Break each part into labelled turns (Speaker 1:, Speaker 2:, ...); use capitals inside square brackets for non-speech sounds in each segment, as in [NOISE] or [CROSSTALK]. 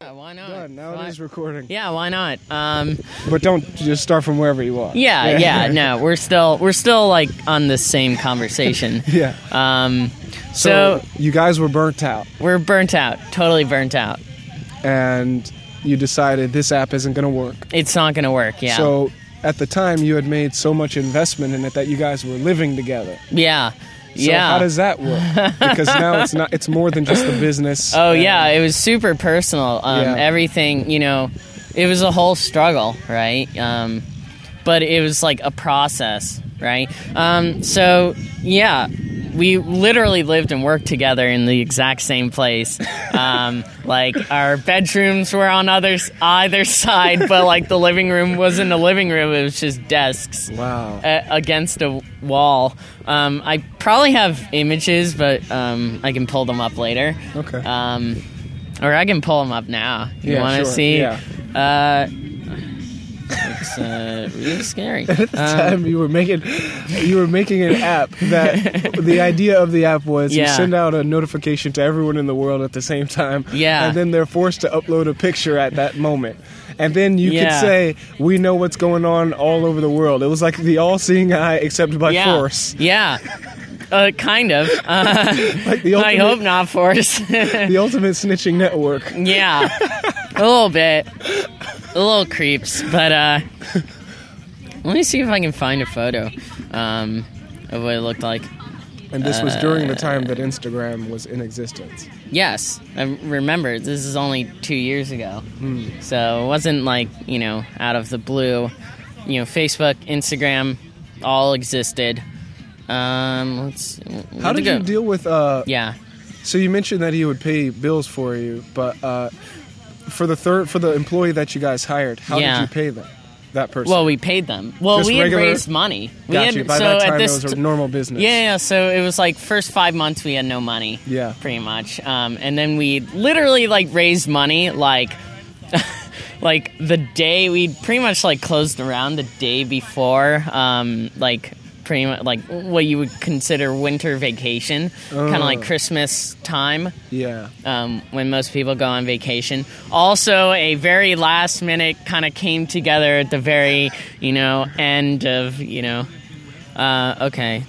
Speaker 1: Yeah, why not?
Speaker 2: Done. Now
Speaker 1: Why-
Speaker 2: it is recording.
Speaker 1: yeah, why not? Um,
Speaker 2: But don't just start from wherever you are.
Speaker 1: yeah, yeah, no, we're still we're still like on the same
Speaker 2: [LAUGHS]
Speaker 1: conversation.
Speaker 2: [LAUGHS] Yeah.
Speaker 1: Um,
Speaker 2: So,
Speaker 1: so
Speaker 2: you guys were burnt out,
Speaker 1: we're burnt out, totally burnt out.
Speaker 2: and you decided this app isn't going to work.
Speaker 1: It's not gonna work. Yeah.
Speaker 2: So at the time, you had made so much investment in it that you guys were living together.
Speaker 1: yeah.
Speaker 2: So
Speaker 1: yeah.
Speaker 2: how does
Speaker 1: [LAUGHS]
Speaker 2: that work? Because now it's not. It's more than just the business.
Speaker 1: Oh
Speaker 2: and-
Speaker 1: yeah, it was super personal. Um,
Speaker 2: Yeah.
Speaker 1: Everything, you know, it was a whole struggle, right? Um, but it was like a process, right? Um, so yeah, we literally lived and worked together in the exact same place. Um, like our bedrooms were on other either side, but like the living room wasn't a living room; it was just desks
Speaker 2: Wow.
Speaker 1: a- against a wall. Um, I probably have images, but um, I can pull them up later.
Speaker 2: Okay.
Speaker 1: Um, or I can pull them up now. You
Speaker 2: Yeah,
Speaker 1: want to
Speaker 2: sure,
Speaker 1: see?
Speaker 2: yeah.
Speaker 1: Uh, it's uh, really
Speaker 2: [LAUGHS]
Speaker 1: scary.
Speaker 2: time you were making you were making an app that the idea of the app was you
Speaker 1: Yeah.
Speaker 2: send out a notification to everyone in the world at the same time
Speaker 1: Yeah.
Speaker 2: and then they're forced to upload a picture at that moment and then you could
Speaker 1: Yeah.
Speaker 2: say we know what's going on all over the world it was like the all-seeing eye except by
Speaker 1: yeah.
Speaker 2: force
Speaker 1: Yeah. Uh, kind
Speaker 2: [LAUGHS]
Speaker 1: of. Uh,
Speaker 2: like the
Speaker 1: I
Speaker 2: ultimate,
Speaker 1: hope not force. [LAUGHS]
Speaker 2: the ultimate snitching network
Speaker 1: yeah. A little bit. A little creeps, but uh, let me see if I can find a photo um, of what it looked like.
Speaker 2: and this was during
Speaker 1: Uh.
Speaker 2: the time that instagram was in existence
Speaker 1: Yes, I remember. This is only two years ago,
Speaker 2: Hmm.
Speaker 1: so it wasn't like you know out of the blue. You know, Facebook, Instagram, all existed. Um, let's.
Speaker 2: how did you deal with uh,
Speaker 1: Yeah,
Speaker 2: So you mentioned that he would pay bills for you, but uh, for the third for the employee that you guys hired, how
Speaker 1: Yeah.
Speaker 2: did you pay them? That person.
Speaker 1: well, we paid them. Well,
Speaker 2: Just
Speaker 1: we had
Speaker 2: regular-
Speaker 1: raised money. We
Speaker 2: got
Speaker 1: had,
Speaker 2: you. By
Speaker 1: so
Speaker 2: that
Speaker 1: at
Speaker 2: time,
Speaker 1: this
Speaker 2: it was a
Speaker 1: t-
Speaker 2: normal business.
Speaker 1: Yeah, yeah, so it was like first five months we had no money.
Speaker 2: Yeah.
Speaker 1: Pretty much. Um, and then we literally like raised money like [LAUGHS] like the day we pretty much like closed around the day before um, like pretty much like what you would consider winter vacation kind of
Speaker 2: Oh.
Speaker 1: like christmas time
Speaker 2: Yeah.
Speaker 1: um, when most people go on vacation. Also, a very last minute kind of came together at the very, you know, end of, you know, uh, okay,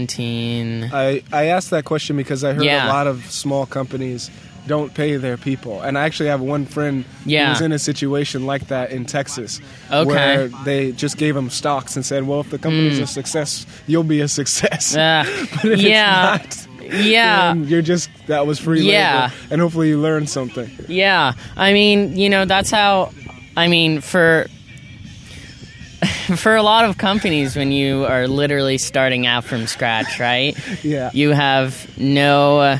Speaker 1: 2017.
Speaker 2: I I asked that question because I heard
Speaker 1: Yeah.
Speaker 2: a lot of small companies don't pay their people, and I actually have one friend who
Speaker 1: Yeah.
Speaker 2: was in a situation like that in Texas,
Speaker 1: Okay.
Speaker 2: where they just gave him stocks and said, "Well, if the company's a success, you'll be a success."
Speaker 1: Hmm.
Speaker 2: [LAUGHS]
Speaker 1: Uh,
Speaker 2: But if it's
Speaker 1: yeah.
Speaker 2: not,
Speaker 1: yeah.
Speaker 2: then you're just that was free
Speaker 1: Uh, Yeah.
Speaker 2: labor, and hopefully you learned something.
Speaker 1: Yeah, I mean, you know, that's how. I mean, for [LAUGHS] for a lot of companies, when you are literally starting out from scratch, right?
Speaker 2: Yeah.
Speaker 1: You have no, uh,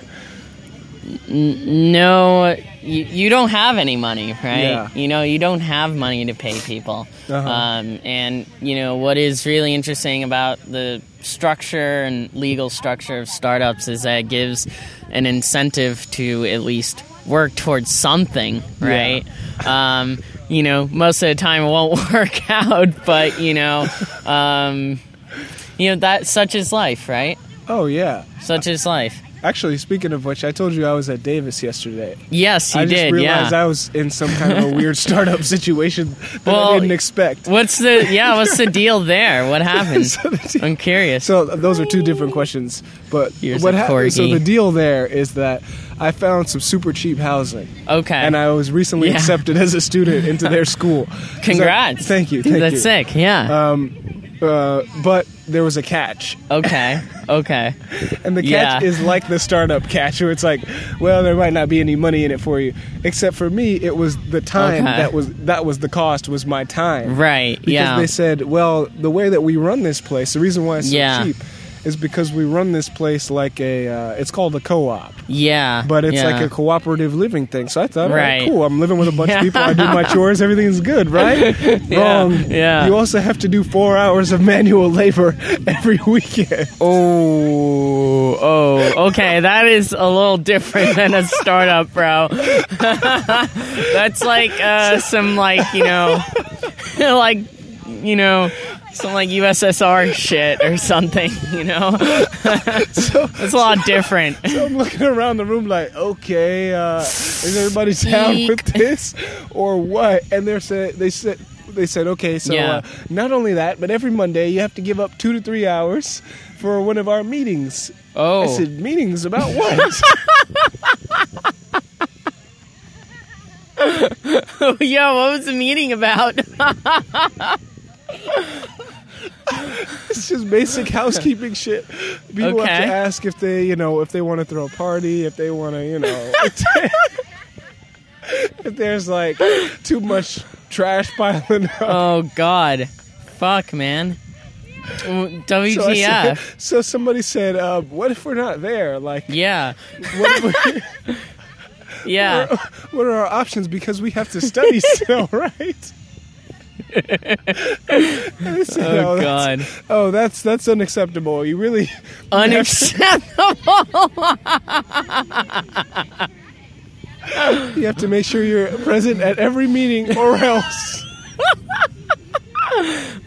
Speaker 1: n- no, you, you don't have any money, right?
Speaker 2: Yeah.
Speaker 1: You know, you don't have money to pay people.
Speaker 2: Uh-huh.
Speaker 1: Um, and you know what is really interesting about the structure and legal structure of startups is that it gives an incentive to at least work towards something, right? Um, you know, most of the time it won't [LAUGHS] work out, but you know, um, you know that such is life, right?
Speaker 2: Oh yeah.
Speaker 1: Such is life.
Speaker 2: Actually, speaking of which, I told you I was at Davis yesterday.
Speaker 1: Yes, you
Speaker 2: I just
Speaker 1: did.
Speaker 2: realized
Speaker 1: yeah.
Speaker 2: I was in some kind of
Speaker 1: [LAUGHS]
Speaker 2: a weird startup situation that I
Speaker 1: Well,
Speaker 2: didn't expect.
Speaker 1: What's the yeah? What's the
Speaker 2: [LAUGHS]
Speaker 1: deal there? What happened? I'm curious.
Speaker 2: So those are two different questions. But
Speaker 1: Here's
Speaker 2: what
Speaker 1: a
Speaker 2: happened? So
Speaker 1: corgi.
Speaker 2: the deal there is that I found some super cheap housing,
Speaker 1: okay.
Speaker 2: and I was recently
Speaker 1: Yeah.
Speaker 2: accepted as a student into
Speaker 1: [LAUGHS]
Speaker 2: their school. 'Cause I-
Speaker 1: Congrats.
Speaker 2: thank you. Thank
Speaker 1: That's
Speaker 2: you. Um,
Speaker 1: sick. Yeah.
Speaker 2: Uh, but there was a catch,
Speaker 1: okay.
Speaker 2: [LAUGHS]
Speaker 1: Okay.
Speaker 2: and the
Speaker 1: Yeah.
Speaker 2: catch is like the startup catch, where it's like, well, there might not be any money in it for you. Except for me, it was the time
Speaker 1: Okay.
Speaker 2: that was that was the cost was my time.
Speaker 1: Right.
Speaker 2: because
Speaker 1: yeah.
Speaker 2: they said, well, the way that we run this place, the reason why it's so
Speaker 1: Yeah.
Speaker 2: cheap is because we run this place like a, uh, it's called a co-op,
Speaker 1: yeah.
Speaker 2: but it's
Speaker 1: yeah.
Speaker 2: like a cooperative living thing. So I thought, all right,
Speaker 1: Right.
Speaker 2: cool, I'm living with a bunch of people, I
Speaker 1: [LAUGHS]
Speaker 2: do my chores, everything's good, right? Wrong.
Speaker 1: yeah.
Speaker 2: You also have to do four hours of manual labor [LAUGHS] every weekend.
Speaker 1: Oh. Oh. Okay. That is a little different than a startup, bro. [LAUGHS] [LAUGHS] That's like uh, some like you know, like you know, some like USSR shit or something, [LAUGHS] you know?
Speaker 2: So
Speaker 1: [LAUGHS] It's a lot different.
Speaker 2: I'm looking around the room like, okay, uh, is everybody [LAUGHS] down
Speaker 1: Eek.
Speaker 2: with this or what? And they said they said they said, okay, so
Speaker 1: Yeah.
Speaker 2: uh, not only that, but every Monday you have to give up two to three hours for one of our meetings. I
Speaker 1: [LAUGHS] Oh,
Speaker 2: said, meetings about
Speaker 1: [LAUGHS]
Speaker 2: what? [LAUGHS]
Speaker 1: yeah. What was the meeting about? [LAUGHS]
Speaker 2: it's just basic housekeeping shit. People have
Speaker 1: Okay.
Speaker 2: to ask if they, you know, if they want to throw a party, if they want to, you
Speaker 1: [LAUGHS]
Speaker 2: know, [LAUGHS] if there's like too much trash piling up.
Speaker 1: oh God, fuck, man. Mm,
Speaker 2: So, I
Speaker 1: WTF?
Speaker 2: said- [LAUGHS] so somebody said, uh, "What if we're not there? Like,
Speaker 1: yeah,
Speaker 2: [LAUGHS] what, if
Speaker 1: [LAUGHS] yeah.
Speaker 2: we're- what are our options? Because we have to
Speaker 1: [LAUGHS]
Speaker 2: study still, right?" [LAUGHS] And they said,
Speaker 1: Oh
Speaker 2: that's,
Speaker 1: God,
Speaker 2: [LAUGHS] oh, that's that's unacceptable. You really
Speaker 1: unacceptable.
Speaker 2: you have to make sure you're present at every meeting, or else.
Speaker 1: [LAUGHS]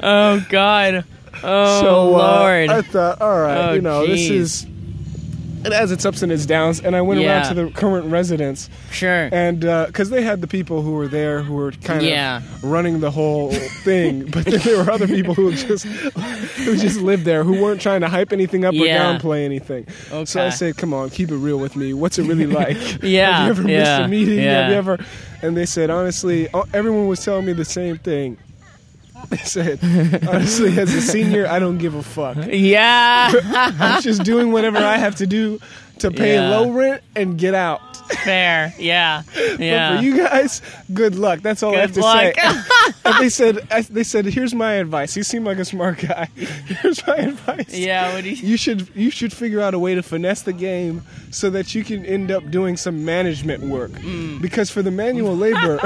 Speaker 1: Oh God. [LAUGHS] Oh
Speaker 2: so, uh,
Speaker 1: Lord.
Speaker 2: I thought, all right,
Speaker 1: Oh,
Speaker 2: you know,
Speaker 1: jeez.
Speaker 2: this is. It has its ups and its downs, and I went
Speaker 1: Yeah.
Speaker 2: around to the current residents.
Speaker 1: sure.
Speaker 2: and because they had the people who were there who were kind
Speaker 1: Yeah.
Speaker 2: of running the
Speaker 1: [LAUGHS]
Speaker 2: whole thing, but then there were other people who just who just lived there who weren't trying to hype anything up
Speaker 1: Yeah.
Speaker 2: or downplay anything. So I
Speaker 1: Okay.
Speaker 2: said, "Come on, keep it real with me. What's it
Speaker 1: [LAUGHS]
Speaker 2: really like?
Speaker 1: Yeah,
Speaker 2: have you ever missed
Speaker 1: yeah,
Speaker 2: a meeting? Have you
Speaker 1: yeah.
Speaker 2: ever?" And they said, "Honestly, all- everyone was telling me the same thing." [LAUGHS] They said, "Honestly, as a senior, I don't give
Speaker 1: [LAUGHS]
Speaker 2: a fuck.
Speaker 1: yeah.
Speaker 2: I'm just doing whatever I have to do to pay
Speaker 1: Yeah.
Speaker 2: low rent and get out."
Speaker 1: Fair. Yeah. Yeah.
Speaker 2: But for you guys, good luck. That's all I have
Speaker 1: Good
Speaker 2: to
Speaker 1: luck. [LAUGHS]
Speaker 2: say. [LAUGHS] And they said, I- they said, here's my advice. You seem like a smart guy. [LAUGHS] Here's my advice.
Speaker 1: yeah. What do you?
Speaker 2: You should you should figure out a way to finesse the game so that you can end up doing some management work.
Speaker 1: Mm.
Speaker 2: Because for the manual labor, [LAUGHS]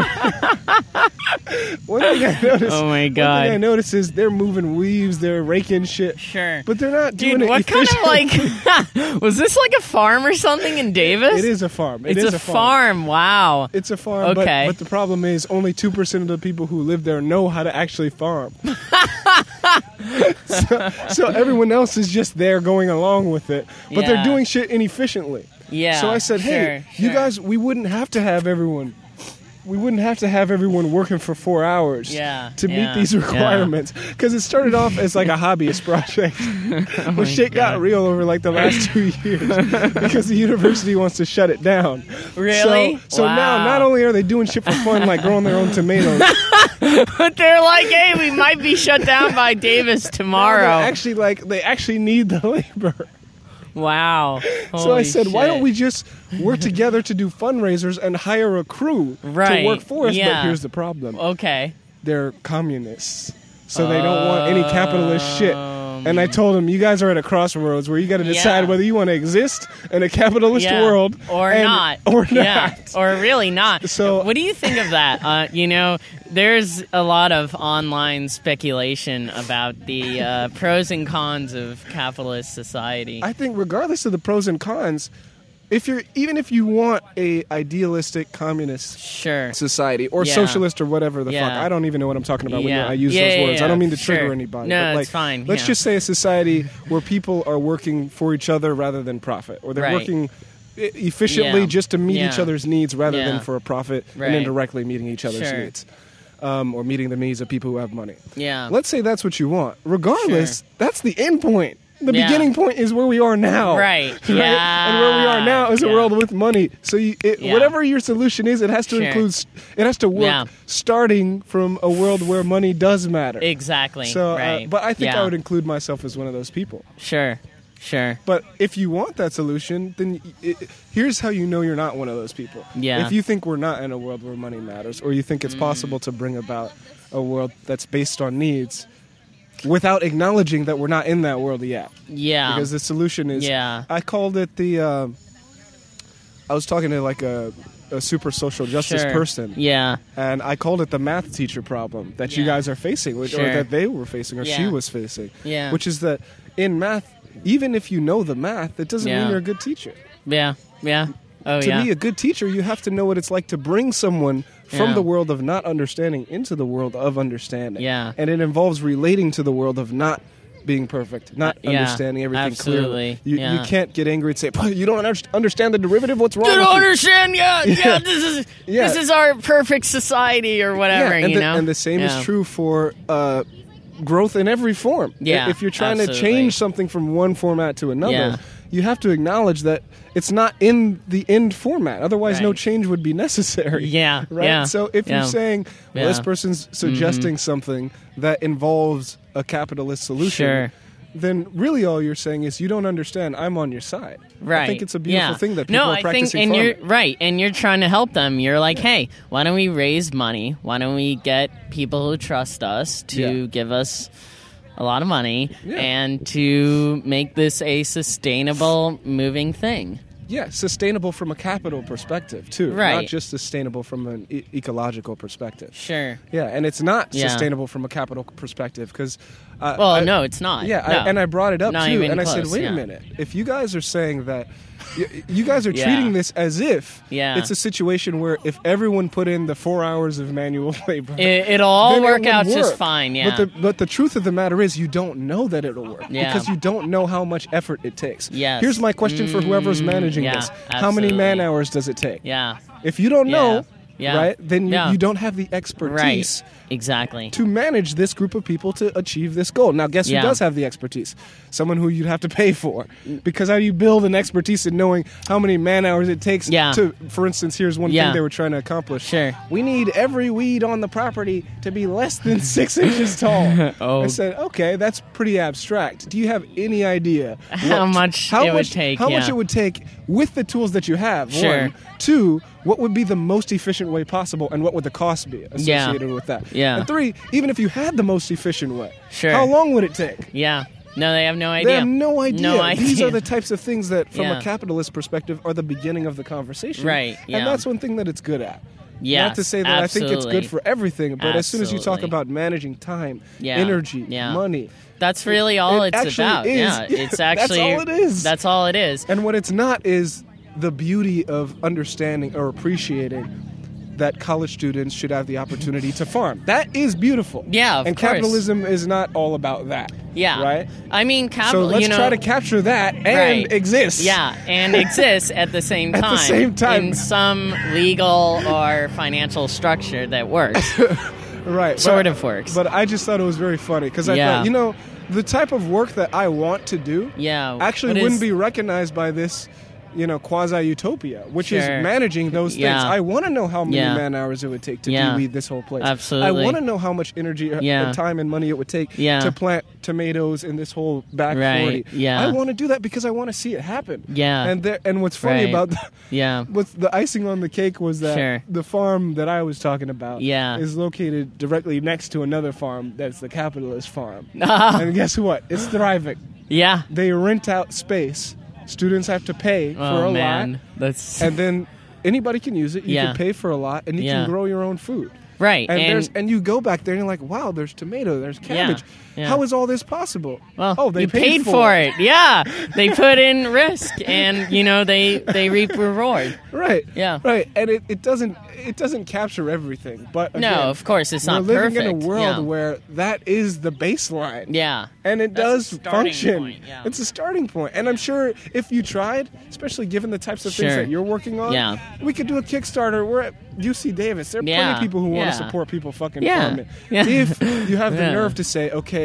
Speaker 2: one thing I noticed,
Speaker 1: Oh my
Speaker 2: one thing I
Speaker 1: God.
Speaker 2: noticed is they're moving weaves, they're raking shit,
Speaker 1: Sure.
Speaker 2: but they're not doing
Speaker 1: Dude,
Speaker 2: it.
Speaker 1: what kind of
Speaker 2: efficiently.
Speaker 1: like [LAUGHS] was this like a farm or something in Davis?
Speaker 2: It is a farm. It
Speaker 1: It's
Speaker 2: is
Speaker 1: a farm. Wow.
Speaker 2: [LAUGHS] It's a farm,
Speaker 1: Okay.
Speaker 2: but, but the problem is only 2% of the people who live there know how to
Speaker 1: [LAUGHS]
Speaker 2: actually farm. [LAUGHS] so, so everyone else is just there going along with it, but they're
Speaker 1: Yeah.
Speaker 2: doing shit inefficiently.
Speaker 1: Yeah.
Speaker 2: so I said, hey,
Speaker 1: sure, sure.
Speaker 2: you guys, we wouldn't have to have everyone. We wouldn't have to have everyone working for four hours
Speaker 1: Yeah,
Speaker 2: to
Speaker 1: yeah,
Speaker 2: meet these
Speaker 1: yeah.
Speaker 2: requirements because it started off as like a
Speaker 1: [LAUGHS]
Speaker 2: hobbyist project,
Speaker 1: Oh
Speaker 2: but shit got real over like the last two years because the university wants to shut it down.
Speaker 1: Really?
Speaker 2: So, so now
Speaker 1: Wow.
Speaker 2: not only are they doing shit for fun, like growing their own tomatoes,
Speaker 1: [LAUGHS] But they're like, hey, we might be shut down
Speaker 2: [LAUGHS]
Speaker 1: by Davis
Speaker 2: now they're
Speaker 1: tomorrow.
Speaker 2: actually like they actually need the labor.
Speaker 1: wow.
Speaker 2: so I
Speaker 1: Holy
Speaker 2: said, why
Speaker 1: shit.
Speaker 2: don't we just work together to do fundraisers and hire a crew to
Speaker 1: Right,
Speaker 2: work for us? But
Speaker 1: yeah.
Speaker 2: here's the problem:
Speaker 1: Okay.
Speaker 2: they're communists, so they don't want any capitalist shit. And I told them, you guys are at a crossroads where you got to decide
Speaker 1: Um, Yeah.
Speaker 2: whether you want to exist in a capitalist
Speaker 1: Yeah.
Speaker 2: world
Speaker 1: or
Speaker 2: and-
Speaker 1: not
Speaker 2: [LAUGHS] or not.
Speaker 1: yeah. or really not
Speaker 2: So-
Speaker 1: so what do you think of that uh, you know there's a lot of online speculation about the uh, pros and cons of capitalist society
Speaker 2: I think regardless of the pros and cons, if you're even if you want a idealistic communist
Speaker 1: sure
Speaker 2: society or
Speaker 1: Yeah.
Speaker 2: socialist or whatever the fuck,
Speaker 1: Yeah.
Speaker 2: I don't even know what I'm talking about
Speaker 1: Yeah.
Speaker 2: when I use
Speaker 1: Yeah,
Speaker 2: those
Speaker 1: yeah,
Speaker 2: words. I
Speaker 1: yeah.
Speaker 2: don't mean to
Speaker 1: Sure.
Speaker 2: trigger anybody.
Speaker 1: No,
Speaker 2: but
Speaker 1: it's
Speaker 2: like,
Speaker 1: fine.
Speaker 2: Let's
Speaker 1: Yeah.
Speaker 2: just say a society where people are working for each other rather than profit, or they're
Speaker 1: Right.
Speaker 2: working e- efficiently
Speaker 1: Yeah.
Speaker 2: just to meet each
Speaker 1: Yeah.
Speaker 2: other's needs rather
Speaker 1: Yeah.
Speaker 2: than for a profit
Speaker 1: Right.
Speaker 2: and indirectly meeting each other's
Speaker 1: Sure.
Speaker 2: needs. Um, or meeting the needs of people who have money.
Speaker 1: yeah
Speaker 2: Let's say that's what you want. Regardless, that's the end point. The
Speaker 1: Yeah.
Speaker 2: beginning point is where we are now. [LAUGHS]
Speaker 1: Right. Yeah.
Speaker 2: And where we are now is a
Speaker 1: Yeah.
Speaker 2: world with money. So you, it,
Speaker 1: Yeah.
Speaker 2: whatever your solution is, it has to
Speaker 1: Sure.
Speaker 2: include. s- It has to work
Speaker 1: Yeah.
Speaker 2: starting from a world where money does matter.
Speaker 1: exactly
Speaker 2: So, uh,
Speaker 1: right
Speaker 2: but I think
Speaker 1: yeah.
Speaker 2: I would include myself as one of those people.
Speaker 1: sure sure
Speaker 2: But if you want that solution, then y- it, here's how you know you're not one of those people.
Speaker 1: Yeah. Mm.
Speaker 2: If you think we're not in a world where money matters, or you think it's possible to bring about a world that's based on needs without acknowledging that we're not in that world yet.
Speaker 1: yeah
Speaker 2: Because the solution is.
Speaker 1: Um, Yeah.
Speaker 2: I called it the. um I was talking to like a, a super social justice
Speaker 1: sure.
Speaker 2: person.
Speaker 1: yeah
Speaker 2: And I called it the math teacher problem that you
Speaker 1: Yeah.
Speaker 2: guys are facing, which, or
Speaker 1: Sure.
Speaker 2: that they were facing, or she
Speaker 1: Yeah.
Speaker 2: was facing.
Speaker 1: Yeah.
Speaker 2: Which is that in math, even if you know the math, it doesn't mean
Speaker 1: Yeah.
Speaker 2: you're a good teacher.
Speaker 1: yeah yeah oh
Speaker 2: to
Speaker 1: yeah
Speaker 2: be a good teacher, you have to know what it's like to bring someone from
Speaker 1: Yeah.
Speaker 2: the world of not understanding into the world of understanding.
Speaker 1: Yeah.
Speaker 2: And it involves relating to the world of not being perfect, not
Speaker 1: Uh, yeah,
Speaker 2: understanding everything
Speaker 1: absolutely,
Speaker 2: clearly. You,
Speaker 1: yeah.
Speaker 2: you can't get angry and say, "But you don't under- understand the derivative. What's wrong?"
Speaker 1: Good
Speaker 2: with you?"
Speaker 1: understand,
Speaker 2: [LAUGHS]
Speaker 1: yeah, yeah, This is
Speaker 2: Yeah.
Speaker 1: this is our perfect society or
Speaker 2: Yeah,
Speaker 1: whatever,
Speaker 2: and
Speaker 1: you
Speaker 2: the,
Speaker 1: know.
Speaker 2: and the same
Speaker 1: Yeah.
Speaker 2: is true for uh, growth in every form. I-
Speaker 1: Yeah,
Speaker 2: if you're trying to
Speaker 1: absolutely.
Speaker 2: change something from one format to another,
Speaker 1: Yeah.
Speaker 2: you have to acknowledge that it's not in the end format. Otherwise, no
Speaker 1: Right.
Speaker 2: change would be necessary.
Speaker 1: Yeah,
Speaker 2: [LAUGHS] Right.
Speaker 1: yeah,
Speaker 2: so if
Speaker 1: yeah.
Speaker 2: you're saying, well, this
Speaker 1: Yeah. Mm-hmm.
Speaker 2: person's suggesting something that involves a capitalist solution.
Speaker 1: Sure.
Speaker 2: Then really, all you're saying is you don't understand. I'm on your side.
Speaker 1: Right.
Speaker 2: I think it's a beautiful
Speaker 1: yeah.
Speaker 2: thing that people
Speaker 1: no,
Speaker 2: are practicing
Speaker 1: I think, and
Speaker 2: from
Speaker 1: you're
Speaker 2: it.
Speaker 1: right, and you're trying to help them. You're like, hey, why don't we raise money? Why don't we get people who trust us to
Speaker 2: Yeah.
Speaker 1: give us a lot of money
Speaker 2: Yeah.
Speaker 1: and to make this a sustainable moving thing?
Speaker 2: Yeah, sustainable from a capital perspective too,
Speaker 1: Right.
Speaker 2: not just sustainable from an e- ecological perspective.
Speaker 1: Sure.
Speaker 2: Yeah, and it's not
Speaker 1: Yeah.
Speaker 2: sustainable from a capital perspective because, uh,
Speaker 1: Well,
Speaker 2: I-
Speaker 1: no, it's not.
Speaker 2: yeah,
Speaker 1: No.
Speaker 2: I, and I brought it up
Speaker 1: Not
Speaker 2: too,
Speaker 1: even
Speaker 2: and I said,
Speaker 1: close,
Speaker 2: wait
Speaker 1: yeah.
Speaker 2: a minute, if you guys are saying that, y- you guys are
Speaker 1: Yeah.
Speaker 2: treating this as if
Speaker 1: Yeah.
Speaker 2: it's a situation where if everyone put in the four hours of manual [LAUGHS] labor.
Speaker 1: It, it'll all
Speaker 2: then it
Speaker 1: work
Speaker 2: would
Speaker 1: out just
Speaker 2: work.
Speaker 1: fine. Yeah.
Speaker 2: But the, but the truth of the matter is, you don't know that it'll work
Speaker 1: Yeah.
Speaker 2: because you don't know how much effort it takes.
Speaker 1: Yes.
Speaker 2: Here's my question for whoever's
Speaker 1: Mm,
Speaker 2: managing
Speaker 1: yeah,
Speaker 2: this: How many
Speaker 1: absolutely.
Speaker 2: man hours does it take?
Speaker 1: yeah.
Speaker 2: If you don't
Speaker 1: Yeah.
Speaker 2: know,
Speaker 1: Yeah.
Speaker 2: right, then you,
Speaker 1: Yeah.
Speaker 2: you don't have the expertise
Speaker 1: Right. Exactly.
Speaker 2: to manage this group of people to achieve this goal. Now, guess
Speaker 1: Yeah.
Speaker 2: who does have the expertise? Someone who you'd have to pay for. Because how do you build an expertise in knowing how many man hours it takes
Speaker 1: Yeah.
Speaker 2: to, for instance, here's one
Speaker 1: Yeah.
Speaker 2: thing they were trying to accomplish.
Speaker 1: Sure.
Speaker 2: We need every weed on the property to be less than [LAUGHS] six
Speaker 1: [LAUGHS]
Speaker 2: inches tall.
Speaker 1: Oh.
Speaker 2: I said, okay, that's pretty abstract. Do you have any idea
Speaker 1: [LAUGHS]
Speaker 2: what-
Speaker 1: How much it would take,
Speaker 2: How much
Speaker 1: yeah.
Speaker 2: it would take with the tools that you have?
Speaker 1: Sure.
Speaker 2: One. Two, what would be the most efficient way possible, and what would the cost be
Speaker 1: Yeah.
Speaker 2: associated with that?
Speaker 1: Yeah.
Speaker 2: And three, even if you had the most efficient way,
Speaker 1: Sure.
Speaker 2: how long would it take?
Speaker 1: Yeah. No, they have no idea.
Speaker 2: They have no idea.
Speaker 1: No [LAUGHS] idea.
Speaker 2: These are the types of things that, from
Speaker 1: Yeah.
Speaker 2: a capitalist perspective, are the beginning of the conversation.
Speaker 1: Right, yeah.
Speaker 2: And that's one thing that it's good at.
Speaker 1: Yes,
Speaker 2: Not to say that I think it's
Speaker 1: absolutely.
Speaker 2: good for everything, but as soon as you talk
Speaker 1: Absolutely.
Speaker 2: about managing time,
Speaker 1: Yeah,
Speaker 2: energy,
Speaker 1: yeah.
Speaker 2: money,
Speaker 1: That's really all
Speaker 2: It
Speaker 1: it's
Speaker 2: actually
Speaker 1: about.
Speaker 2: is. [LAUGHS]
Speaker 1: Yeah, it's
Speaker 2: That's
Speaker 1: actually
Speaker 2: all it is.
Speaker 1: That's all it is.
Speaker 2: And what it's not is the beauty of understanding or appreciating that college students should have the opportunity to farm. That is beautiful.
Speaker 1: Yeah, of
Speaker 2: and
Speaker 1: course.
Speaker 2: capitalism is not all about that.
Speaker 1: Yeah.
Speaker 2: Right.
Speaker 1: I mean,
Speaker 2: So
Speaker 1: capital.
Speaker 2: let's
Speaker 1: you know,
Speaker 2: try to capture that and
Speaker 1: right.
Speaker 2: exist.
Speaker 1: Yeah, and exists at
Speaker 2: [LAUGHS]
Speaker 1: the same
Speaker 2: At
Speaker 1: time.
Speaker 2: the same time.
Speaker 1: in some legal or financial structure that works.
Speaker 2: [LAUGHS] Right. but-
Speaker 1: Sort of works.
Speaker 2: But I just thought it was very funny because I
Speaker 1: Yeah.
Speaker 2: thought, you know, the type of work that I want to do
Speaker 1: Yeah,
Speaker 2: actually
Speaker 1: what is-
Speaker 2: wouldn't be recognized by this, you know, quasi utopia, which is
Speaker 1: Sure.
Speaker 2: managing those things.
Speaker 1: Yeah.
Speaker 2: I want to know how many
Speaker 1: Yeah.
Speaker 2: man hours it would take to
Speaker 1: Yeah.
Speaker 2: weed this whole place.
Speaker 1: Absolutely.
Speaker 2: I want to know how much energy, uh,
Speaker 1: Yeah.
Speaker 2: and time, and money it would take
Speaker 1: Yeah.
Speaker 2: to plant tomatoes in this whole back
Speaker 1: Right,
Speaker 2: 40.
Speaker 1: yeah.
Speaker 2: I want to do that because I want to see it happen.
Speaker 1: Yeah.
Speaker 2: And there, and what's funny
Speaker 1: Right.
Speaker 2: about the, [LAUGHS]
Speaker 1: yeah.
Speaker 2: What's the icing on the cake was that
Speaker 1: Sure.
Speaker 2: the farm that I was talking about
Speaker 1: Yeah.
Speaker 2: is located directly next to another farm that's the
Speaker 1: [LAUGHS]
Speaker 2: capitalist farm.
Speaker 1: Ah.
Speaker 2: and guess what? It's thriving.
Speaker 1: Yeah.
Speaker 2: They rent out space. Students have to pay for
Speaker 1: Oh
Speaker 2: a
Speaker 1: man,
Speaker 2: lot.
Speaker 1: that's
Speaker 2: And then anybody can use it. You
Speaker 1: Yeah.
Speaker 2: can pay for a lot and you
Speaker 1: Yeah.
Speaker 2: can grow your own food.
Speaker 1: right.
Speaker 2: And,
Speaker 1: and
Speaker 2: there's and you go back there and you're like, wow, there's tomato, there's
Speaker 1: Yeah,
Speaker 2: cabbage.
Speaker 1: yeah.
Speaker 2: How is all this possible?
Speaker 1: Well,
Speaker 2: oh, they
Speaker 1: you paid, for it. Yeah, they put
Speaker 2: [LAUGHS]
Speaker 1: in risk, and you know they they reap reward.
Speaker 2: Right.
Speaker 1: Yeah.
Speaker 2: Right. And it, it doesn't it doesn't capture everything. But
Speaker 1: No,
Speaker 2: again,
Speaker 1: of course it's
Speaker 2: we're
Speaker 1: not
Speaker 2: living
Speaker 1: perfect.
Speaker 2: in a world
Speaker 1: yeah.
Speaker 2: where that is the baseline.
Speaker 1: yeah,
Speaker 2: And it
Speaker 1: That's a
Speaker 2: does
Speaker 1: starting
Speaker 2: function.
Speaker 1: point, yeah.
Speaker 2: It's a starting point. And I'm sure if you tried, especially given the types of things
Speaker 1: Sure.
Speaker 2: that you're working on,
Speaker 1: Yeah.
Speaker 2: we could do a Kickstarter. We're at UC Davis. There are plenty
Speaker 1: Yeah,
Speaker 2: of people who want
Speaker 1: yeah.
Speaker 2: to support people fucking
Speaker 1: Yeah,
Speaker 2: farming.
Speaker 1: yeah.
Speaker 2: If you have
Speaker 1: [LAUGHS]
Speaker 2: the
Speaker 1: Yeah.
Speaker 2: nerve to say, okay,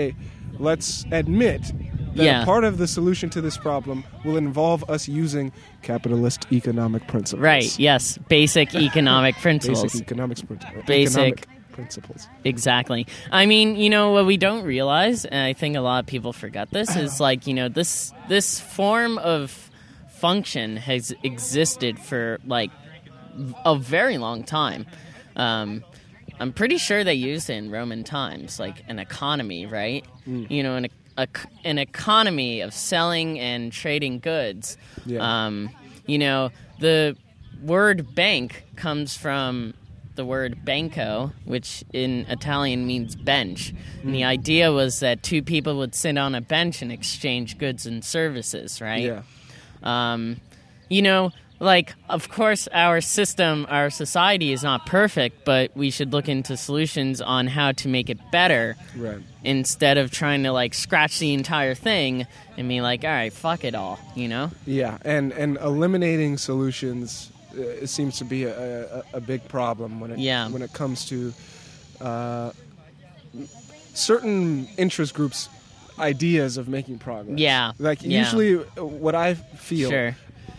Speaker 2: let's admit that
Speaker 1: Yeah.
Speaker 2: a part of the solution to this problem will involve us using capitalist economic principles.
Speaker 1: right. Yes, basic
Speaker 2: [LAUGHS]
Speaker 1: economic principles.
Speaker 2: Basic e- economics principles.
Speaker 1: Basic.
Speaker 2: Economic principles.
Speaker 1: Exactly. I mean, you know what we don't realize, and I think a lot of people forget this,
Speaker 2: [CLEARS THROAT]
Speaker 1: is like you know this this form of function has existed for like a very long time. Um, I'm pretty sure they used it in Roman times, like an economy, right?
Speaker 2: Mm.
Speaker 1: You know, an e-, a, an economy of selling and trading goods.
Speaker 2: Yeah.
Speaker 1: Um, you know, the word bank comes from the word banco, which in Italian means bench. And the idea was that two people would sit on a bench and exchange goods and services, right?
Speaker 2: Yeah.
Speaker 1: Um, you know, like of course our system our society is not perfect but we should look into solutions on how to make it better
Speaker 2: Right.
Speaker 1: instead of trying to like scratch the entire thing and be like all right fuck it all you know
Speaker 2: Yeah, and and eliminating solutions uh, it seems to be a, a, a big problem when it
Speaker 1: Yeah.
Speaker 2: when it comes to uh, certain interest groups' ideas of making progress.
Speaker 1: Yeah,
Speaker 2: like
Speaker 1: yeah.
Speaker 2: usually uh, what I feel
Speaker 1: sure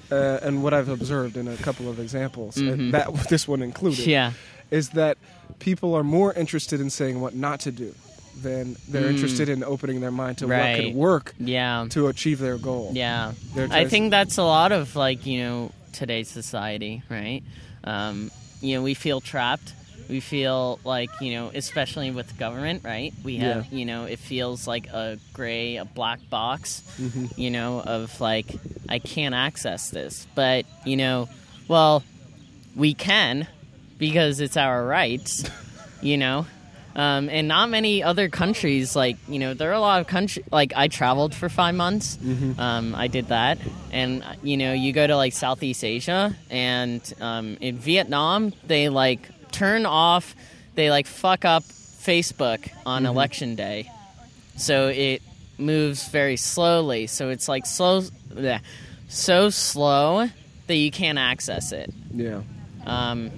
Speaker 2: uh, and what I've observed in a couple of examples, and that [LAUGHS] this one included,
Speaker 1: Mm-hmm. yeah
Speaker 2: is that people are more interested in saying what not to do than they're interested in opening their mind to what
Speaker 1: Mm. Right.
Speaker 2: could work
Speaker 1: yeah
Speaker 2: to achieve their goal.
Speaker 1: yeah
Speaker 2: Their
Speaker 1: i
Speaker 2: choices.
Speaker 1: think that's a lot of like you know today's society right um, you know we feel trapped we feel like you know especially with government right we have
Speaker 2: Yeah.
Speaker 1: you know it feels like a gray a black box
Speaker 2: Mhm.
Speaker 1: you know of like i can't access this but you know well we can because it's our rights you know um, and not many other countries like you know there are a lot of country like i traveled for five months um, i did that and you know you go to like southeast asia and um, in vietnam they like turn off they like fuck up facebook on election day so it moves very slowly so it's like slow bleh, so slow that you can't access it
Speaker 2: Yeah.
Speaker 1: um,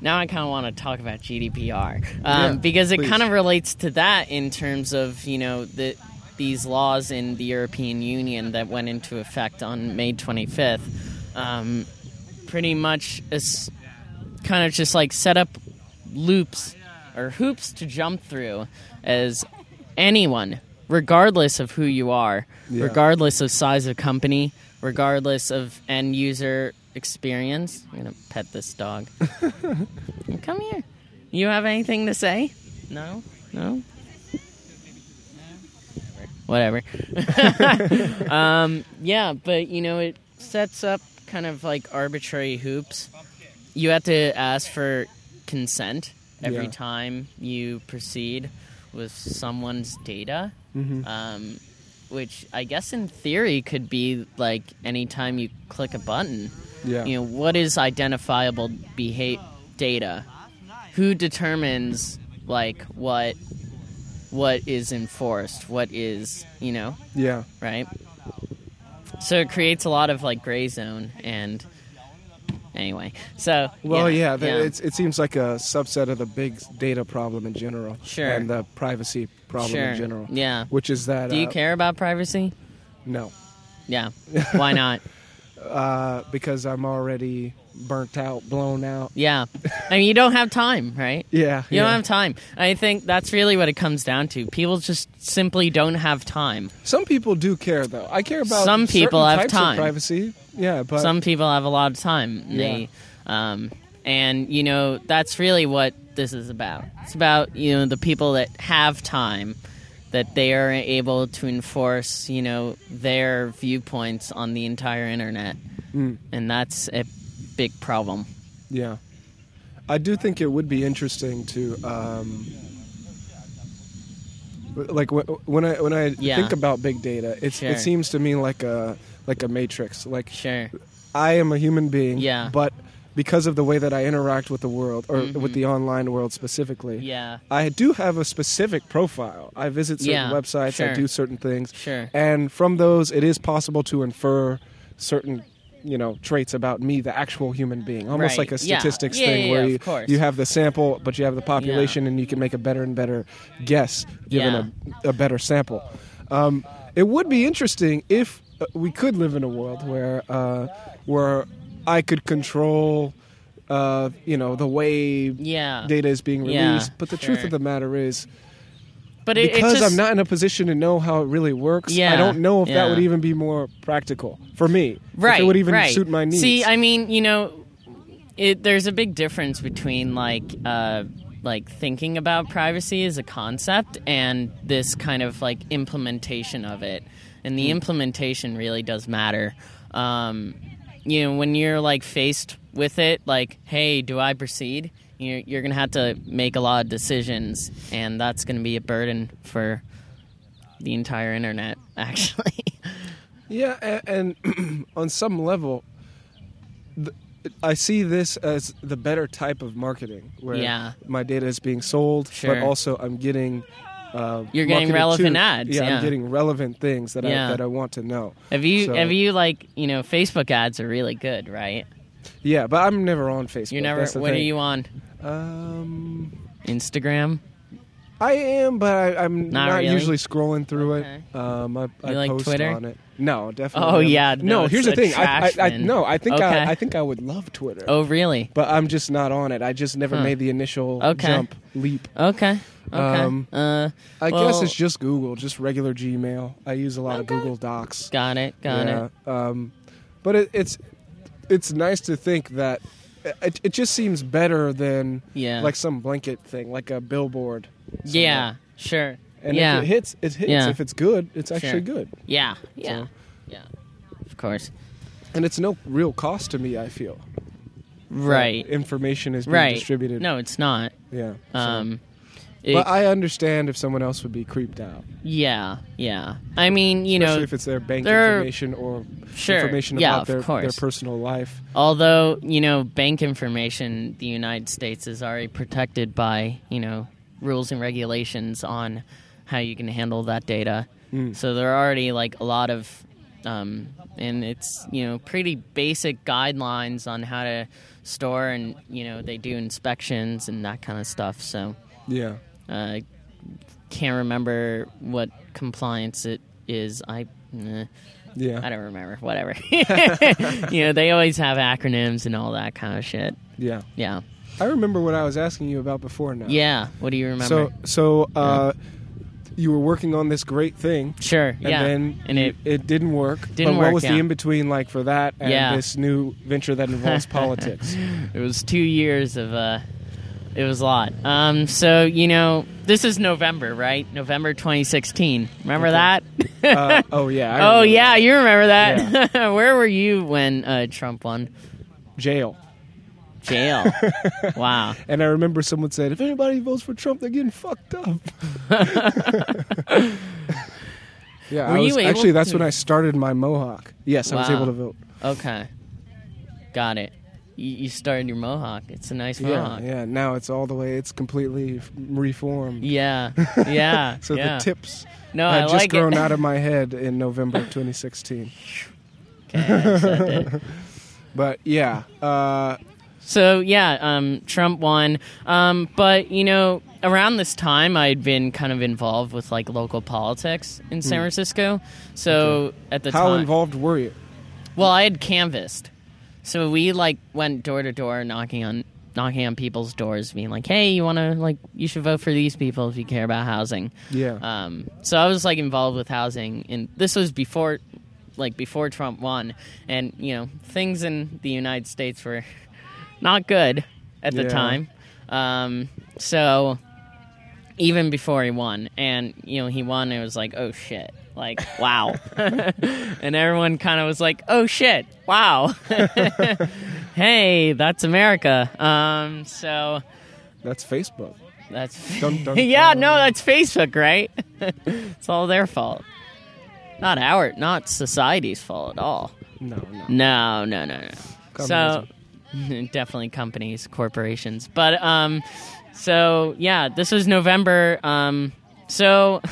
Speaker 1: now I kind of want to talk about GDPR um,
Speaker 2: Yeah,
Speaker 1: because it
Speaker 2: please.
Speaker 1: kind of relates to that in terms of you know the these laws in the European Union that went into effect on May 25th. Um, pretty much is kind of just like set up loops or hoops to jump through as anyone, regardless of who you are,
Speaker 2: Yeah.
Speaker 1: regardless of size of company, regardless of end user experience. I'm gonna pet this dog. Come here. You have anything to say? No? No? Whatever. um, yeah, but you know, it sets up kind of like arbitrary hoops. You have to ask for consent every
Speaker 2: Yeah.
Speaker 1: time you proceed with someone's data. Um, which I guess in theory could be like anytime you click a button.
Speaker 2: Yeah.
Speaker 1: You know, what is identifiable behavior data? Who determines like what what is enforced? What is, you know,
Speaker 2: yeah.
Speaker 1: right? So it creates a lot of like gray zone and anyway. So
Speaker 2: Well, yeah, the- It's, it seems like a subset of the big data problem in general,
Speaker 1: Sure.
Speaker 2: and the privacy problem
Speaker 1: sure.
Speaker 2: in general.
Speaker 1: Yeah.
Speaker 2: Which is that?
Speaker 1: Do you
Speaker 2: uh,
Speaker 1: care about privacy?
Speaker 2: No, [LAUGHS]
Speaker 1: Yeah. Why not?
Speaker 2: uh, because I'm already burnt out, blown out.
Speaker 1: Yeah. I mean, you don't have time, right?
Speaker 2: Yeah,
Speaker 1: You
Speaker 2: yeah.
Speaker 1: don't have time. I think that's really what it comes down to. People just simply don't have time.
Speaker 2: Some people do care, though. I care about
Speaker 1: Some people
Speaker 2: certain
Speaker 1: have
Speaker 2: types
Speaker 1: time.
Speaker 2: Of privacy. Yeah,
Speaker 1: [LAUGHS]
Speaker 2: but
Speaker 1: Some people have a lot of time. And They, um, and you know that's really what this is about. It's about you know the people that have time, that they are able to enforce you know their viewpoints on the entire internet,
Speaker 2: Mm.
Speaker 1: and that's a big problem.
Speaker 2: Yeah. I do think it would be interesting to, um, w- like wh- when I when I
Speaker 1: Yeah.
Speaker 2: think about big data, it
Speaker 1: Sure.
Speaker 2: it seems to me like a like a matrix. Like
Speaker 1: Sure.
Speaker 2: I am a human being,
Speaker 1: Yeah. Mm-hmm.
Speaker 2: but because of the way that I interact with the world or with the online world specifically,
Speaker 1: Yeah.
Speaker 2: I do have a specific profile. I visit certain
Speaker 1: Yeah,
Speaker 2: websites, I
Speaker 1: sure.
Speaker 2: do certain things.
Speaker 1: Sure.
Speaker 2: And from those, it is possible to infer certain, you know, traits about me, the actual human being. Almost
Speaker 1: Right,
Speaker 2: like a
Speaker 1: yeah.
Speaker 2: statistics
Speaker 1: Yeah,
Speaker 2: thing
Speaker 1: yeah,
Speaker 2: where
Speaker 1: yeah,
Speaker 2: you,
Speaker 1: of course.
Speaker 2: you have the sample, but you have the population, and you can make a better and better guess given a, a better sample. Um, it would be interesting if uh, we could live in a world where uh, where I could control, uh, you know, the way
Speaker 1: Yeah.
Speaker 2: data is being
Speaker 1: Yeah,
Speaker 2: released. but the truth
Speaker 1: sure.
Speaker 2: of the matter is,
Speaker 1: But it, it
Speaker 2: because
Speaker 1: just-
Speaker 2: I'm not in a position to know how it really works, I
Speaker 1: Yeah,
Speaker 2: don't know if that
Speaker 1: yeah.
Speaker 2: would even be more practical for me.
Speaker 1: right
Speaker 2: If it would even
Speaker 1: right.
Speaker 2: suit my needs.
Speaker 1: see i mean you know it, there's a big difference between like uh like thinking about privacy as a concept and this kind of like implementation of it and
Speaker 2: Hmm.
Speaker 1: the implementation really does matter um you know when you're like faced with it like hey do i proceed you're, you're gonna have to make a lot of decisions and that's gonna be a burden for the entire internet [LAUGHS] actually
Speaker 2: [CLEARS THROAT] yeah, a- and, on some level, th- I see this as the better type of marketing, where
Speaker 1: Yeah.
Speaker 2: my data is being sold,
Speaker 1: Sure.
Speaker 2: but also I'm getting. Uh,
Speaker 1: You're getting
Speaker 2: marketed
Speaker 1: relevant
Speaker 2: to.
Speaker 1: ads, yeah.
Speaker 2: I'm getting relevant things that
Speaker 1: Yeah.
Speaker 2: I that I want to know.
Speaker 1: Have you
Speaker 2: So-
Speaker 1: have you like you know Facebook ads are really good, right?
Speaker 2: Yeah, but I'm never on Facebook.
Speaker 1: You're never.
Speaker 2: That's the
Speaker 1: What are
Speaker 2: thing.
Speaker 1: you on?
Speaker 2: Um,
Speaker 1: Instagram.
Speaker 2: I am, but I, I'm
Speaker 1: Not
Speaker 2: not,
Speaker 1: really?
Speaker 2: usually scrolling through
Speaker 1: Okay.
Speaker 2: it. Um, I, I
Speaker 1: like
Speaker 2: post
Speaker 1: Twitter?
Speaker 2: on it. No, definitely.
Speaker 1: Oh,
Speaker 2: never.
Speaker 1: yeah, no,
Speaker 2: No,
Speaker 1: it's
Speaker 2: here's
Speaker 1: a
Speaker 2: the thing. I,
Speaker 1: trash
Speaker 2: I, I
Speaker 1: bin.
Speaker 2: no, I think
Speaker 1: Okay.
Speaker 2: I, I think I would love Twitter.
Speaker 1: Oh, really?
Speaker 2: But I'm just not on it. I just never
Speaker 1: Huh.
Speaker 2: made the initial
Speaker 1: Okay.
Speaker 2: jump leap.
Speaker 1: Okay. Okay.
Speaker 2: Um,
Speaker 1: uh,
Speaker 2: I guess
Speaker 1: well,
Speaker 2: it's just Google, just regular Gmail. I use a lot
Speaker 1: Okay.
Speaker 2: of Google Docs.
Speaker 1: got it. Got it.
Speaker 2: Um, but it, it's it's nice to think that it, it just seems better than
Speaker 1: Yeah.
Speaker 2: like some blanket thing, like a billboard. somewhere.
Speaker 1: Yeah. Sure.
Speaker 2: And
Speaker 1: yeah.
Speaker 2: if it hits, it hits.
Speaker 1: Yeah.
Speaker 2: If it's good, it's actually
Speaker 1: Sure.
Speaker 2: good.
Speaker 1: yeah. Yeah. Yeah. Of course.
Speaker 2: And it's no real cost to me, I feel. that
Speaker 1: Right.
Speaker 2: Information is being
Speaker 1: Right.
Speaker 2: distributed.
Speaker 1: No, it's not.
Speaker 2: Yeah. so-
Speaker 1: Um.
Speaker 2: but
Speaker 1: it-
Speaker 2: I understand if someone else would be creeped out.
Speaker 1: yeah. Yeah. I mean, you
Speaker 2: Especially
Speaker 1: know,
Speaker 2: if it's their bank
Speaker 1: there-
Speaker 2: information or
Speaker 1: Sure,
Speaker 2: information
Speaker 1: yeah, of
Speaker 2: about their, their
Speaker 1: course.
Speaker 2: personal life.
Speaker 1: Although, you know, bank information, the United States is already protected by, you know, rules and regulations on how you can handle that data. So there are already like a lot of, um, and it's, you know, pretty basic guidelines on how to store and, you know, they do inspections and that kind of stuff. So
Speaker 2: Yeah.
Speaker 1: uh, can't remember what compliance it is. I. eh.
Speaker 2: Yeah.
Speaker 1: I don't remember. Whatever. [LAUGHS] you know, they always have acronyms and all that kind of shit.
Speaker 2: Yeah.
Speaker 1: Yeah.
Speaker 2: I remember what I was asking you about before now.
Speaker 1: Yeah. What do you remember?
Speaker 2: So so uh, you were working on this great thing.
Speaker 1: sure.
Speaker 2: And
Speaker 1: yeah.
Speaker 2: then
Speaker 1: and it.
Speaker 2: it didn't work.
Speaker 1: Didn't
Speaker 2: but
Speaker 1: work,
Speaker 2: what was
Speaker 1: yeah.
Speaker 2: the in between like for that and
Speaker 1: Yeah.
Speaker 2: this new venture that involves
Speaker 1: [LAUGHS]
Speaker 2: politics?
Speaker 1: It was two years of. Uh, it was a lot. Um, so you know, this is November, right? November 2016. Remember that? [LAUGHS]
Speaker 2: Uh, oh yeah. I
Speaker 1: oh
Speaker 2: remember
Speaker 1: yeah, you remember that? [LAUGHS] Where were you when uh, Trump won?
Speaker 2: that. Jail.
Speaker 1: Jail.
Speaker 2: [LAUGHS]
Speaker 1: wow.
Speaker 2: And I remember someone said, if anybody votes for Trump, they're getting
Speaker 1: [LAUGHS]
Speaker 2: fucked up. yeah,
Speaker 1: Were
Speaker 2: I
Speaker 1: you
Speaker 2: was,
Speaker 1: able
Speaker 2: actually, that's
Speaker 1: to-
Speaker 2: when I started my mohawk. Yes, I was
Speaker 1: Wow.
Speaker 2: able to vote.
Speaker 1: Okay. Got it. You, you started your mohawk. It's a nice mohawk.
Speaker 2: Yeah, yeah. Now it's all the way. It's completely f- reformed.
Speaker 1: Yeah, yeah.
Speaker 2: [LAUGHS] So
Speaker 1: yeah.
Speaker 2: the tips
Speaker 1: No, I
Speaker 2: had just
Speaker 1: like
Speaker 2: grown
Speaker 1: it. [LAUGHS]
Speaker 2: out of my head in November of 2016.
Speaker 1: Okay, I accept it.
Speaker 2: [LAUGHS] But yeah, uh,
Speaker 1: so yeah, um, Trump won. Um, but you know, around this time, I had been kind of involved with like local politics in San Francisco. So at the
Speaker 2: Hmm. how
Speaker 1: time,
Speaker 2: involved were you?
Speaker 1: well, I had canvassed. So we like went door to door, knocking on knocking on people's doors, being like, "Hey, you want to like you should vote for these people if you care about housing."
Speaker 2: Yeah.
Speaker 1: Um, so I was like involved with housing, and this was before, like before Trump won, and you know things in the United States were not good at the
Speaker 2: Yeah.
Speaker 1: time. Um, so even before he won, and you know he won, it was like oh shit, like wow, and everyone kind of was like oh shit, wow, [LAUGHS] hey, that's America. Um, so.
Speaker 2: That's Facebook.
Speaker 1: That's
Speaker 2: Dun, dun,
Speaker 1: [LAUGHS] yeah,
Speaker 2: dun.
Speaker 1: no, that's Facebook, right? [LAUGHS] it's all their fault. Not our, not society's fault at all.
Speaker 2: No, no.
Speaker 1: No, no, no, no. So
Speaker 2: Communism.
Speaker 1: [LAUGHS] definitely companies, corporations. But um so yeah, this was November. Um so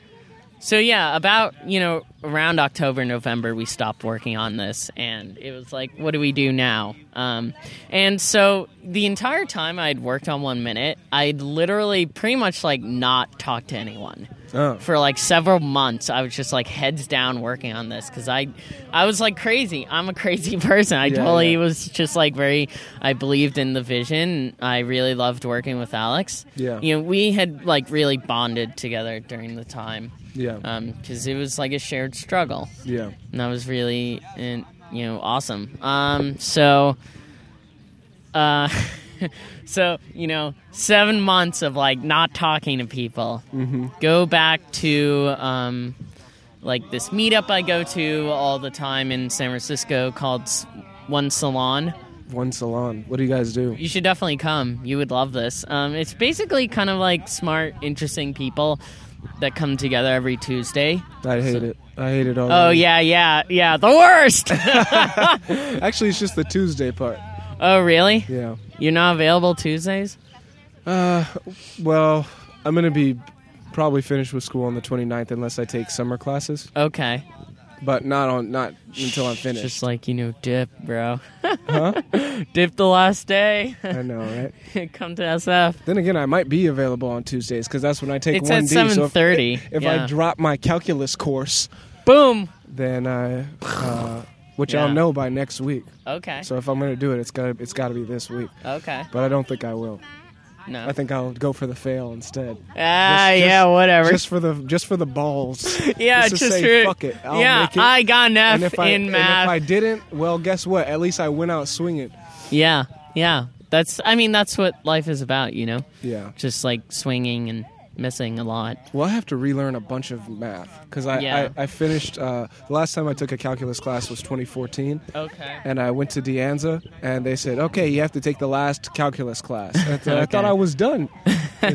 Speaker 1: [LAUGHS] so yeah, about, you know, around October, November we stopped working on this and it was like, what do we do now? Um and so the entire time I'd worked on one minute, I'd literally pretty much like not talked to anyone
Speaker 2: Oh.
Speaker 1: for like several months i was just like heads down working on this because i i was like crazy i'm a crazy [LAUGHS] person i
Speaker 2: Yeah,
Speaker 1: totally
Speaker 2: yeah.
Speaker 1: was just like very i believed in the vision i really loved working with alex
Speaker 2: Yeah.
Speaker 1: you know we had like really bonded together during the time
Speaker 2: Yeah,
Speaker 1: uh, because it was like a shared struggle
Speaker 2: yeah.
Speaker 1: and that was really and you know awesome um so uh [LAUGHS] so you know seven months of like not talking to people go back to um like this meetup i go to all the time in san francisco called S- one salon
Speaker 2: One salon. What do you guys do?
Speaker 1: you should definitely come. You would love this. Um, it's basically kind of like smart, interesting people that come together every Tuesday.
Speaker 2: I hate it. I hate it all.
Speaker 1: Oh yeah, yeah, yeah. The worst. [LAUGHS]
Speaker 2: Actually, it's just the Tuesday part.
Speaker 1: oh really?
Speaker 2: Yeah.
Speaker 1: You're not available Tuesdays?
Speaker 2: Uh, well, I'm gonna be probably finished with school on the 29th unless I take summer classes,
Speaker 1: Okay.
Speaker 2: but not on not until I'm finished.
Speaker 1: Just like you know, dip, bro.
Speaker 2: huh?
Speaker 1: [LAUGHS] dip the last day. [LAUGHS]
Speaker 2: I know, right?
Speaker 1: Come to SF.
Speaker 2: Then again, I might be available on Tuesdays because that's when I take
Speaker 1: It's
Speaker 2: one
Speaker 1: at
Speaker 2: D. So if,
Speaker 1: 7:30.
Speaker 2: if I
Speaker 1: Yeah.
Speaker 2: drop my calculus course,
Speaker 1: Boom.
Speaker 2: then I, uh, which I'll
Speaker 1: Yeah.
Speaker 2: know by next week.
Speaker 1: Okay.
Speaker 2: So if I'm gonna do it, it's gotta it's gotta be this week.
Speaker 1: okay.
Speaker 2: But I don't think I will.
Speaker 1: No.
Speaker 2: I think I'll go for the fail instead.
Speaker 1: ah,
Speaker 2: just-
Speaker 1: yeah, whatever.
Speaker 2: Just for the just for the balls.
Speaker 1: [LAUGHS] yeah,
Speaker 2: just,
Speaker 1: just,
Speaker 2: to say,
Speaker 1: for-
Speaker 2: fuck it. I'll
Speaker 1: yeah,
Speaker 2: make it.
Speaker 1: I got an F
Speaker 2: and if I
Speaker 1: in
Speaker 2: and
Speaker 1: math.
Speaker 2: if I didn't, well, guess what? At least I went out swinging.
Speaker 1: yeah, yeah. That's. I mean, that's what life is about, you know.
Speaker 2: Yeah.
Speaker 1: Just like swinging and missing a lot.
Speaker 2: Well, I have to relearn a bunch of math because I,
Speaker 1: Yeah.
Speaker 2: I I finished uh, the last time I took a calculus class was 2014.
Speaker 1: Okay.
Speaker 2: And I went to Deanza, and they said, "Okay, you have to take the last calculus class." I, th- I
Speaker 1: Okay.
Speaker 2: thought I was done. They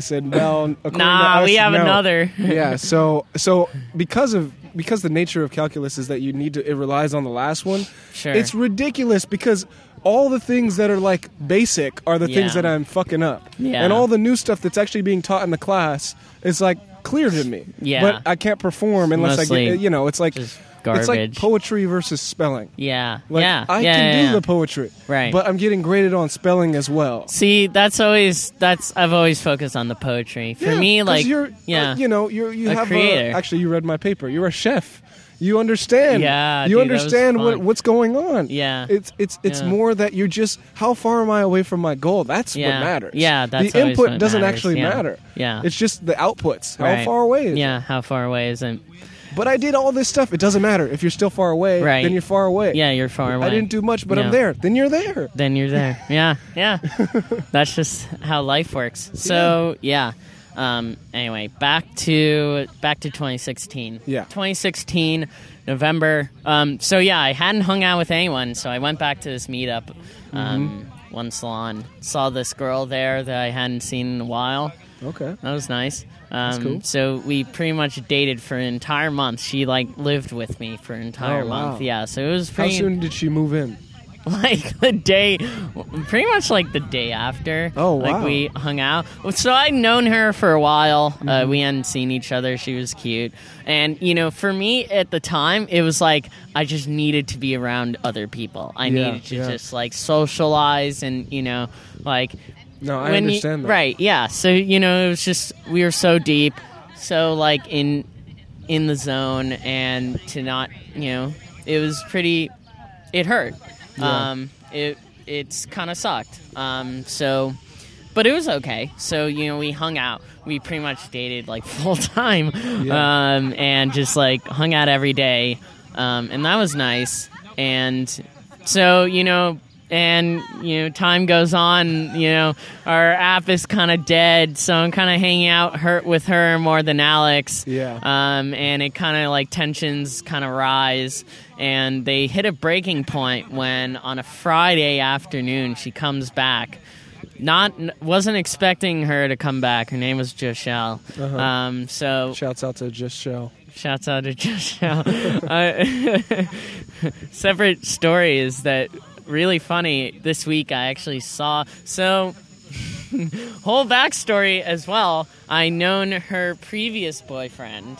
Speaker 1: [LAUGHS]
Speaker 2: said, "Well, according
Speaker 1: Nah,
Speaker 2: to us,
Speaker 1: we have
Speaker 2: no."
Speaker 1: another.
Speaker 2: [LAUGHS] yeah. So, so because of because the nature of calculus is that you need to, it relies on the last one.
Speaker 1: Sure.
Speaker 2: It's ridiculous because all the things that are like basic are the things
Speaker 1: Yeah.
Speaker 2: that I'm fucking up.
Speaker 1: Yeah.
Speaker 2: And all the new stuff that's actually being taught in the class is like clear to me.
Speaker 1: Yeah.
Speaker 2: But I can't perform unless I
Speaker 1: Mostly
Speaker 2: get, you know, it's like
Speaker 1: just
Speaker 2: it's like
Speaker 1: garbage.
Speaker 2: poetry versus spelling.
Speaker 1: yeah.
Speaker 2: Like
Speaker 1: yeah.
Speaker 2: I
Speaker 1: yeah,
Speaker 2: can
Speaker 1: yeah,
Speaker 2: do
Speaker 1: yeah.
Speaker 2: the poetry.
Speaker 1: Right.
Speaker 2: But I'm getting graded on spelling as well.
Speaker 1: See, that's always that's I've always focused on the poetry. For
Speaker 2: Yeah,
Speaker 1: me,
Speaker 2: 'cause
Speaker 1: like
Speaker 2: you're,
Speaker 1: yeah,
Speaker 2: uh, you know, you're you
Speaker 1: A
Speaker 2: have a,
Speaker 1: creator.
Speaker 2: actually you read my paper. You're a chef. You understand.
Speaker 1: Yeah, dude,
Speaker 2: you
Speaker 1: that was
Speaker 2: understand what
Speaker 1: fun.
Speaker 2: what's going on.
Speaker 1: Yeah.
Speaker 2: it's it's it's
Speaker 1: Yeah.
Speaker 2: more that you're just how far am I away from my goal? That's
Speaker 1: Yeah.
Speaker 2: what matters.
Speaker 1: Yeah, that's
Speaker 2: the
Speaker 1: always
Speaker 2: input
Speaker 1: what
Speaker 2: doesn't
Speaker 1: matters,
Speaker 2: actually
Speaker 1: yeah.
Speaker 2: matter.
Speaker 1: Yeah.
Speaker 2: it's just the outputs. How
Speaker 1: Right.
Speaker 2: far away? Is
Speaker 1: Yeah, how far away is it?
Speaker 2: it? but I did all this stuff. It doesn't matter if you're still far away.
Speaker 1: Right.
Speaker 2: then you're far away.
Speaker 1: Yeah, you're far away.
Speaker 2: I didn't do much, but I'm
Speaker 1: Yeah.
Speaker 2: there. Then you're there.
Speaker 1: Then you're
Speaker 2: [LAUGHS]
Speaker 1: there. Yeah, yeah. That's just how life works. So yeah. Um, anyway, back to back to 2016.
Speaker 2: Yeah.
Speaker 1: 2016 November. Um, so yeah, I hadn't hung out with anyone, so I went back to this meetup, um,
Speaker 2: Mm-hmm.
Speaker 1: one salon. Saw this girl there that I hadn't seen in a while.
Speaker 2: Okay.
Speaker 1: That was nice. Um,
Speaker 2: cool.
Speaker 1: So we pretty much dated for an entire month. She like lived with me for an entire
Speaker 2: Oh, wow.
Speaker 1: month. Yeah, so it was
Speaker 2: How
Speaker 1: pretty
Speaker 2: soon did she move in?
Speaker 1: [LAUGHS] like the day, pretty much like the day after.
Speaker 2: Oh, wow.
Speaker 1: Like we hung out. So I'd known her for a while.
Speaker 2: Mm-hmm.
Speaker 1: Uh, we hadn't seen each other. She was cute, and you know, for me at the time, it was like I just needed to be around other people. I
Speaker 2: Yeah,
Speaker 1: needed to
Speaker 2: yeah.
Speaker 1: just like socialize and you know, like
Speaker 2: No,
Speaker 1: when
Speaker 2: I
Speaker 1: you-
Speaker 2: understand that.
Speaker 1: Right, yeah. So, you know, it was just we were so deep, so like in in the zone and to not, you know, it was pretty it hurt.
Speaker 2: Yeah.
Speaker 1: Um it it's kind of sucked. Um so but it was okay. So, you know, we hung out. We pretty much dated like [LAUGHS] full time
Speaker 2: Yeah.
Speaker 1: um and just like hung out every day. Um and that was nice and so you know and you know time goes on you know our app is kind of dead so i'm kind of hanging out her with her more than alex
Speaker 2: Yeah.
Speaker 1: um and it kind of like tensions kind of rise and they hit a breaking point when on a friday afternoon she comes back not wasn't expecting her to come back her name was joshelle
Speaker 2: Uh-huh.
Speaker 1: um so
Speaker 2: Shouts out to Just Show.
Speaker 1: Shouts out to [LAUGHS] Josh Howe. uh, [LAUGHS] separate story is that really funny. This week I actually saw so [LAUGHS] whole backstory as well. I known her previous boyfriend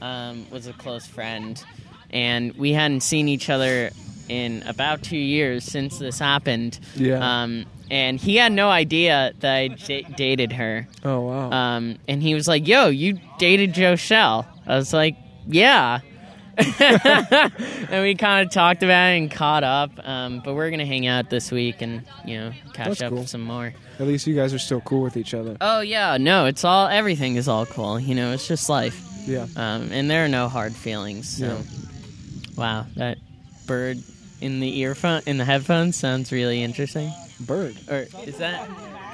Speaker 1: um, was a close friend, and we hadn't seen each other in about two years since this happened.
Speaker 2: Yeah.
Speaker 1: Um, and he had no idea that I j- dated her.
Speaker 2: Oh wow.
Speaker 1: Um, and he was like, "Yo, you dated Joe Shell?" I was like, "Yeah." [LAUGHS] and we kind of talked about it and caught up. Um, but we're gonna hang out this week and you know catch
Speaker 2: That's
Speaker 1: up
Speaker 2: cool.
Speaker 1: some more.
Speaker 2: At least you guys are still cool with each other.
Speaker 1: Oh yeah, no, it's all everything is all cool. You know, it's just life.
Speaker 2: Yeah.
Speaker 1: Um, and there are no hard feelings. So,
Speaker 2: Yeah.
Speaker 1: wow, that bird in the earphone in the headphones sounds really interesting.
Speaker 2: Bird.
Speaker 1: Or is that?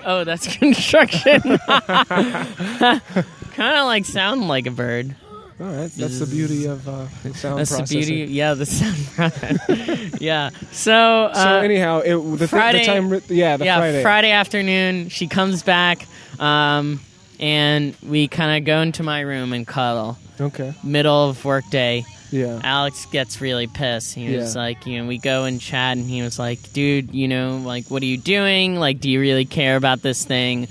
Speaker 1: Oh, that's [LAUGHS] construction. kind of like sound like a bird.
Speaker 2: All right. Oh, That's the beauty of uh, sound
Speaker 1: Mm. That's
Speaker 2: processing.
Speaker 1: the beauty. Yeah, the sound. [LAUGHS] process. yeah. So. Uh,
Speaker 2: So anyhow, it, the, thi- the
Speaker 1: Friday-
Speaker 2: time, yeah, the
Speaker 1: yeah,
Speaker 2: Friday.
Speaker 1: Friday. afternoon, she comes back. Um, and we kind of go into my room and cuddle.
Speaker 2: Okay.
Speaker 1: Middle of workday,
Speaker 2: Yeah.
Speaker 1: Alex gets really pissed. He was
Speaker 2: Yeah.
Speaker 1: like, you know, we go and chat, and he was like, dude, you know, like, what are you doing? Like, do you really care about this thing?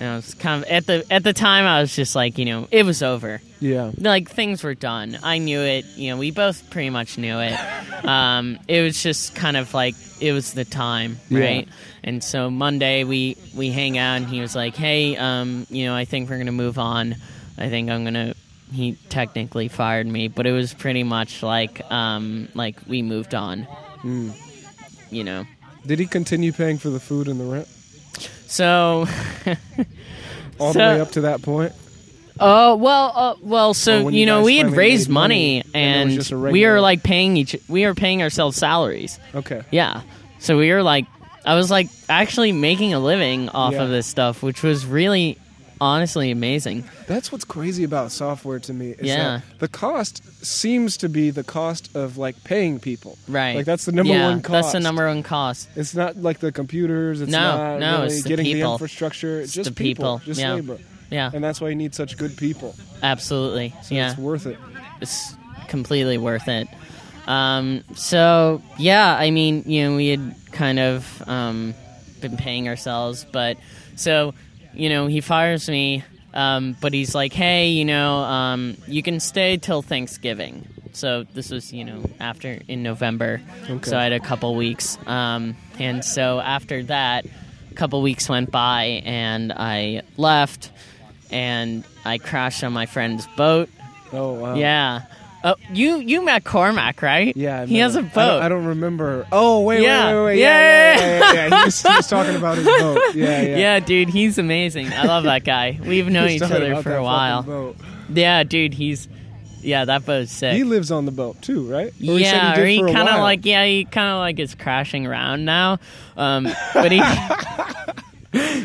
Speaker 1: And I was kind of at the at the time, I was just like, you know, it was over.
Speaker 2: Yeah.
Speaker 1: Like things were done. I knew it. You know, we both pretty much knew it. um, it was just kind of like it was the time,
Speaker 2: Yeah.
Speaker 1: right? And so Monday we we hang out, and he was like, hey, um, you know, I think we're gonna move on. I think I'm gonna. He technically fired me, but it was pretty much like um, like we moved on.
Speaker 2: Hmm.
Speaker 1: You know.
Speaker 2: Did he continue paying for the food and the rent
Speaker 1: So, [LAUGHS]
Speaker 2: all the
Speaker 1: So-
Speaker 2: way up to that point?
Speaker 1: oh well, uh, well.
Speaker 2: Or
Speaker 1: So
Speaker 2: when
Speaker 1: you,
Speaker 2: you
Speaker 1: know,
Speaker 2: guys
Speaker 1: we had
Speaker 2: finally
Speaker 1: raised
Speaker 2: made money
Speaker 1: money,
Speaker 2: and it was
Speaker 1: and,
Speaker 2: just a
Speaker 1: we
Speaker 2: regular-
Speaker 1: were like paying each. We were paying ourselves salaries.
Speaker 2: Okay.
Speaker 1: Yeah. So we were like, I was like actually making a living off
Speaker 2: Yeah.
Speaker 1: of this stuff, which was really, honestly amazing.
Speaker 2: That's what's crazy about software to me. Is
Speaker 1: Yeah.
Speaker 2: That the cost seems to be the cost of like paying people.
Speaker 1: Right.
Speaker 2: Like that's the number
Speaker 1: Yeah,
Speaker 2: one cost.
Speaker 1: That's the number one cost.
Speaker 2: It's not like the computers. It's
Speaker 1: No,
Speaker 2: not
Speaker 1: no,
Speaker 2: really
Speaker 1: it's the
Speaker 2: getting the
Speaker 1: people.
Speaker 2: infrastructure. It's
Speaker 1: It's
Speaker 2: just
Speaker 1: the people,
Speaker 2: Just
Speaker 1: yeah.
Speaker 2: labor.
Speaker 1: Yeah.
Speaker 2: And that's why you need such good people.
Speaker 1: Absolutely.
Speaker 2: So
Speaker 1: yeah.
Speaker 2: it's worth it.
Speaker 1: it's completely worth it. Um, so yeah, I mean, you know, we had kind of um, been paying ourselves, but so you know, he fires me, um, but he's like, hey, you know, um, you can stay till Thanksgiving. So this was you know after in November,
Speaker 2: Okay.
Speaker 1: so I had a couple weeks, um, and so after that, a couple weeks went by, and I left, and I crashed on my friend's boat.
Speaker 2: Oh wow.
Speaker 1: Yeah. Oh, you you met Cormac, right?
Speaker 2: Yeah, I
Speaker 1: He has a
Speaker 2: remember.
Speaker 1: boat.
Speaker 2: I don't, I don't remember. Oh wait,
Speaker 1: Yeah.
Speaker 2: wait, wait, wait.
Speaker 1: Yeah,
Speaker 2: yeah, yeah, yeah, yeah, yeah. He, was, he was talking about his boat. Yeah,
Speaker 1: [LAUGHS]
Speaker 2: yeah.
Speaker 1: yeah. dude, he's amazing. I love that guy. We've
Speaker 2: [LAUGHS] He
Speaker 1: known
Speaker 2: was
Speaker 1: each
Speaker 2: talking
Speaker 1: other
Speaker 2: about
Speaker 1: for
Speaker 2: that
Speaker 1: a
Speaker 2: fucking
Speaker 1: while.
Speaker 2: boat.
Speaker 1: Yeah, dude, he's yeah, that boat's sick.
Speaker 2: He lives on the boat too, right? Or he said
Speaker 1: yeah,
Speaker 2: he did
Speaker 1: or he
Speaker 2: for a
Speaker 1: kind of
Speaker 2: while.
Speaker 1: like yeah, he kind of like is crashing around now. Um, but he [LAUGHS]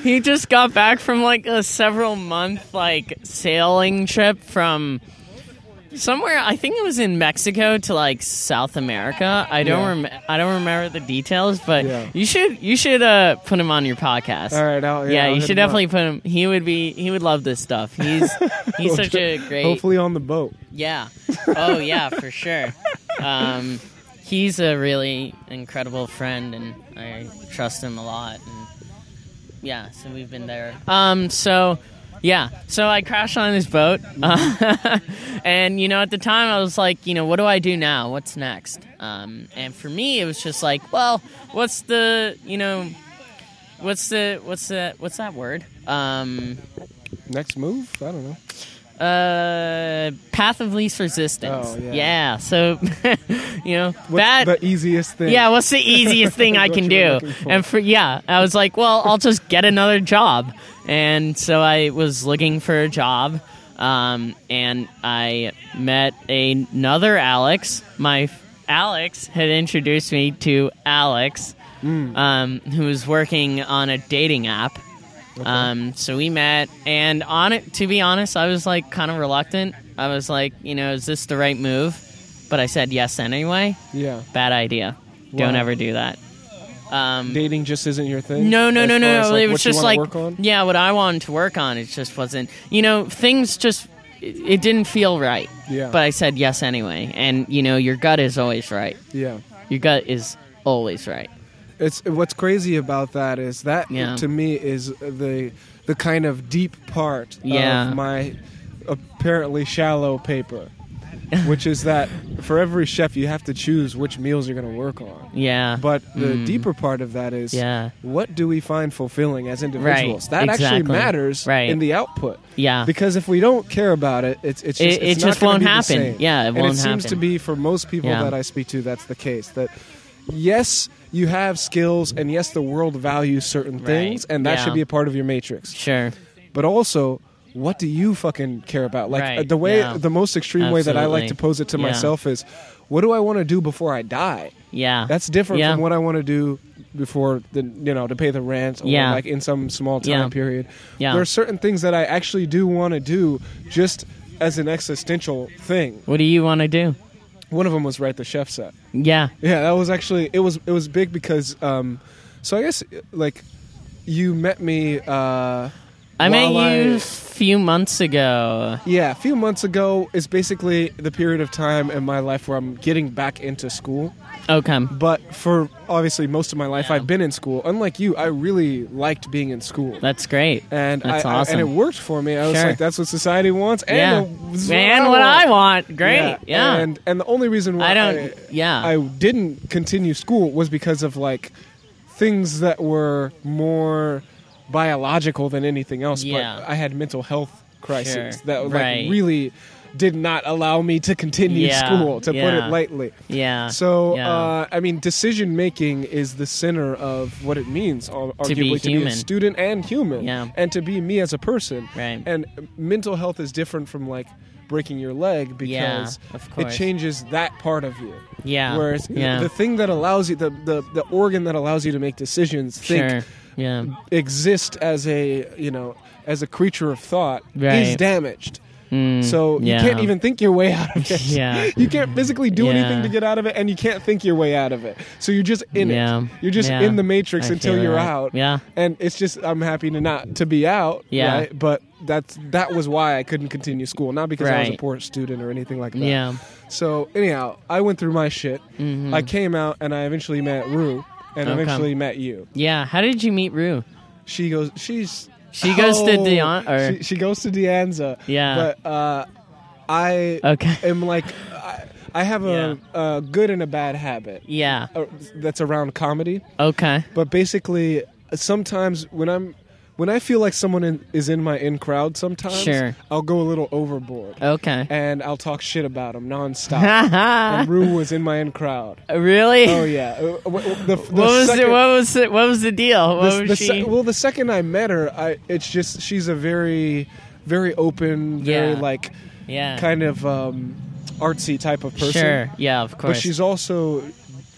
Speaker 1: he just got back from like a several month like sailing trip from somewhere. I think it was in Mexico to like South America. I don't
Speaker 2: Yeah.
Speaker 1: rem- I don't remember the details, but
Speaker 2: Yeah.
Speaker 1: you should you should uh, put him on your podcast.
Speaker 2: All right, I'll, yeah,
Speaker 1: Yeah,
Speaker 2: I'll
Speaker 1: you
Speaker 2: hit
Speaker 1: should
Speaker 2: him up.
Speaker 1: definitely put him. He would be. He would love this stuff. He's
Speaker 2: [LAUGHS]
Speaker 1: he's such a great.
Speaker 2: Hopefully on the boat.
Speaker 1: Yeah. Oh yeah, for sure. Um, he's a really incredible friend, and I trust him a lot. And yeah, so we've been there. Um, so yeah, so I crashed on his boat, [LAUGHS] uh, and you know, at the time, I was like, you know, what do I do now? What's next? Um, and for me, it was just like, well, what's the, you know, what's the, what's the, what's that word? Um,
Speaker 2: Next move? I don't know.
Speaker 1: uh, path of least resistance.
Speaker 2: Oh, yeah.
Speaker 1: So, [LAUGHS] you know
Speaker 2: What's
Speaker 1: that.
Speaker 2: the easiest thing?
Speaker 1: yeah,
Speaker 2: [LAUGHS]
Speaker 1: what's the easiest thing I
Speaker 2: What
Speaker 1: can
Speaker 2: you were
Speaker 1: do?
Speaker 2: looking for.
Speaker 1: And for yeah, I was like, well, I'll just get another job. And so I was looking for a job, um, and I met another Alex. My f- Alex had introduced me to Alex,
Speaker 2: Hmm.
Speaker 1: um, who was working on a dating app. Um, so we met, and on it, to be honest, I was like kind of reluctant. I was like, you know, is this the right move? But I said yes anyway.
Speaker 2: Yeah.
Speaker 1: Bad idea. Don't
Speaker 2: Wow.
Speaker 1: ever do that. Um,
Speaker 2: Dating just isn't your thing.
Speaker 1: no, no,
Speaker 2: As
Speaker 1: no,
Speaker 2: far
Speaker 1: no,
Speaker 2: as,
Speaker 1: no.
Speaker 2: like,
Speaker 1: it was
Speaker 2: what you
Speaker 1: just
Speaker 2: wanna
Speaker 1: like,
Speaker 2: work on?
Speaker 1: yeah, what I wanted to work on, it just wasn't. You know, things just, it, it didn't feel right.
Speaker 2: Yeah.
Speaker 1: But I said yes anyway, and you know, your gut is always right.
Speaker 2: Yeah.
Speaker 1: Your gut is always right.
Speaker 2: It's what's crazy about that is that
Speaker 1: Yeah.
Speaker 2: to me is the the kind of deep part
Speaker 1: Yeah.
Speaker 2: of my apparently shallow paper, which is that for every chef you have to choose which meals you're going to work on.
Speaker 1: Yeah.
Speaker 2: But the deeper part of that is
Speaker 1: Hmm. Yeah.
Speaker 2: what do we find fulfilling as individuals? that actually
Speaker 1: exactly.
Speaker 2: matters
Speaker 1: Right.
Speaker 2: in the output.
Speaker 1: Yeah.
Speaker 2: Because if we don't care about it, it's it's just,
Speaker 1: It-
Speaker 2: it's
Speaker 1: it
Speaker 2: not
Speaker 1: just
Speaker 2: gonna
Speaker 1: won't
Speaker 2: be the
Speaker 1: happen.
Speaker 2: same.
Speaker 1: Yeah, it
Speaker 2: and
Speaker 1: won't
Speaker 2: it seems to
Speaker 1: happen.
Speaker 2: be for most people
Speaker 1: Yeah.
Speaker 2: that I speak to that's the case. That yes, you have skills and yes the world values certain things and that
Speaker 1: Yeah.
Speaker 2: should be a part of your matrix
Speaker 1: sure.
Speaker 2: but also what do you fucking care about like
Speaker 1: Right,
Speaker 2: uh, the way
Speaker 1: yeah.
Speaker 2: the most extreme way that i like
Speaker 1: Absolutely.
Speaker 2: to pose it to
Speaker 1: Yeah.
Speaker 2: myself is what do i want to do before i die
Speaker 1: Yeah.
Speaker 2: that's different
Speaker 1: yeah.
Speaker 2: from what i want to do before the you know to pay the rent or
Speaker 1: Yeah.
Speaker 2: like in some small time
Speaker 1: Yeah.
Speaker 2: period
Speaker 1: Yeah.
Speaker 2: there are certain things that i actually do want to do just as an existential thing
Speaker 1: What do you want to do?
Speaker 2: one of them was write the chef set
Speaker 1: Yeah.
Speaker 2: yeah, that was actually it was it was big because um, so I guess like you met me uh,
Speaker 1: I met
Speaker 2: While I-
Speaker 1: you a few months ago.
Speaker 2: Yeah, a few months ago is basically the period of time in my life where I'm getting back into school.
Speaker 1: Okay.
Speaker 2: But for obviously most of my life, I've been in school. Unlike you, I really liked being in school.
Speaker 1: That's great.
Speaker 2: and
Speaker 1: That's
Speaker 2: I, I-
Speaker 1: awesome.
Speaker 2: and it worked for me. I was
Speaker 1: Sure.
Speaker 2: like, that's what society wants, and
Speaker 1: yeah.
Speaker 2: it was
Speaker 1: and what I want. Great. Yeah.
Speaker 2: And and the only reason why
Speaker 1: I don't- yeah.
Speaker 2: I didn't continue school was because of like things that were more biological than anything else.
Speaker 1: Yeah.
Speaker 2: But I had mental health crises
Speaker 1: Sure.
Speaker 2: that like
Speaker 1: Right.
Speaker 2: really did not allow me to continue
Speaker 1: Yeah.
Speaker 2: school, to put
Speaker 1: Yeah.
Speaker 2: it lightly.
Speaker 1: [LAUGHS] yeah.
Speaker 2: So,
Speaker 1: Yeah.
Speaker 2: uh, I mean, decision making is the center of what it means, ar- arguably,
Speaker 1: To be
Speaker 2: a
Speaker 1: human.
Speaker 2: student and human,
Speaker 1: Yeah.
Speaker 2: and to be me as a person.
Speaker 1: Right.
Speaker 2: And mental health is different from like breaking your leg because
Speaker 1: of
Speaker 2: it
Speaker 1: course.
Speaker 2: changes that part of you.
Speaker 1: yeah.
Speaker 2: Whereas
Speaker 1: yeah.
Speaker 2: the thing that allows you, the, the, the organ that allows you to make decisions, think,
Speaker 1: sure. Yeah.
Speaker 2: exist as a you know as a creature of thought is
Speaker 1: Right.
Speaker 2: damaged.
Speaker 1: Mm,
Speaker 2: So you
Speaker 1: yeah.
Speaker 2: can't even think your way
Speaker 1: [LAUGHS]
Speaker 2: out of it.
Speaker 1: Yeah.
Speaker 2: [LAUGHS] You can't physically do anything
Speaker 1: Yeah.
Speaker 2: to get out of it, and you can't think your way out of it. So you're just in
Speaker 1: Yeah.
Speaker 2: it. You're just
Speaker 1: Yeah.
Speaker 2: in the matrix
Speaker 1: I
Speaker 2: until
Speaker 1: feel
Speaker 2: you're
Speaker 1: that.
Speaker 2: out.
Speaker 1: Yeah.
Speaker 2: And it's just I'm happy to not to be out.
Speaker 1: Yeah.
Speaker 2: right? But that's that was why I couldn't continue school, not because I was a
Speaker 1: Right.
Speaker 2: poor student or anything like that.
Speaker 1: Yeah. Mm-hmm.
Speaker 2: So anyhow, I went through my shit. I came out, and I eventually met Rue, and
Speaker 1: Okay.
Speaker 2: eventually met you.
Speaker 1: Yeah. How did you meet Rue?
Speaker 2: She goes. She's.
Speaker 1: She goes to Deon- or-
Speaker 2: she, she goes to Deanza.
Speaker 1: Yeah.
Speaker 2: But uh, I
Speaker 1: Okay.
Speaker 2: [LAUGHS] am like, I, I have a, a good and a bad habit
Speaker 1: Yeah.
Speaker 2: uh, that's around comedy.
Speaker 1: Okay.
Speaker 2: But basically, sometimes when I'm when I feel like someone in, is in my in crowd, sometimes
Speaker 1: Sure. Oh.
Speaker 2: I'll go a little overboard
Speaker 1: Okay.
Speaker 2: and I'll talk shit about them
Speaker 1: [LAUGHS]
Speaker 2: nonstop. and Rue was in my in crowd.
Speaker 1: really?
Speaker 2: Oh yeah. Uh, w- w- The, the
Speaker 1: what was
Speaker 2: second,
Speaker 1: the what was the, what was the deal? What
Speaker 2: the-
Speaker 1: was
Speaker 2: the
Speaker 1: Oh, she?
Speaker 2: se- well, the second I met her, I, it's just she's a very, very open, very
Speaker 1: Yeah.
Speaker 2: like
Speaker 1: yeah.
Speaker 2: kind of um, artsy type of person.
Speaker 1: Sure. Yeah. Of
Speaker 2: But
Speaker 1: course.
Speaker 2: she's also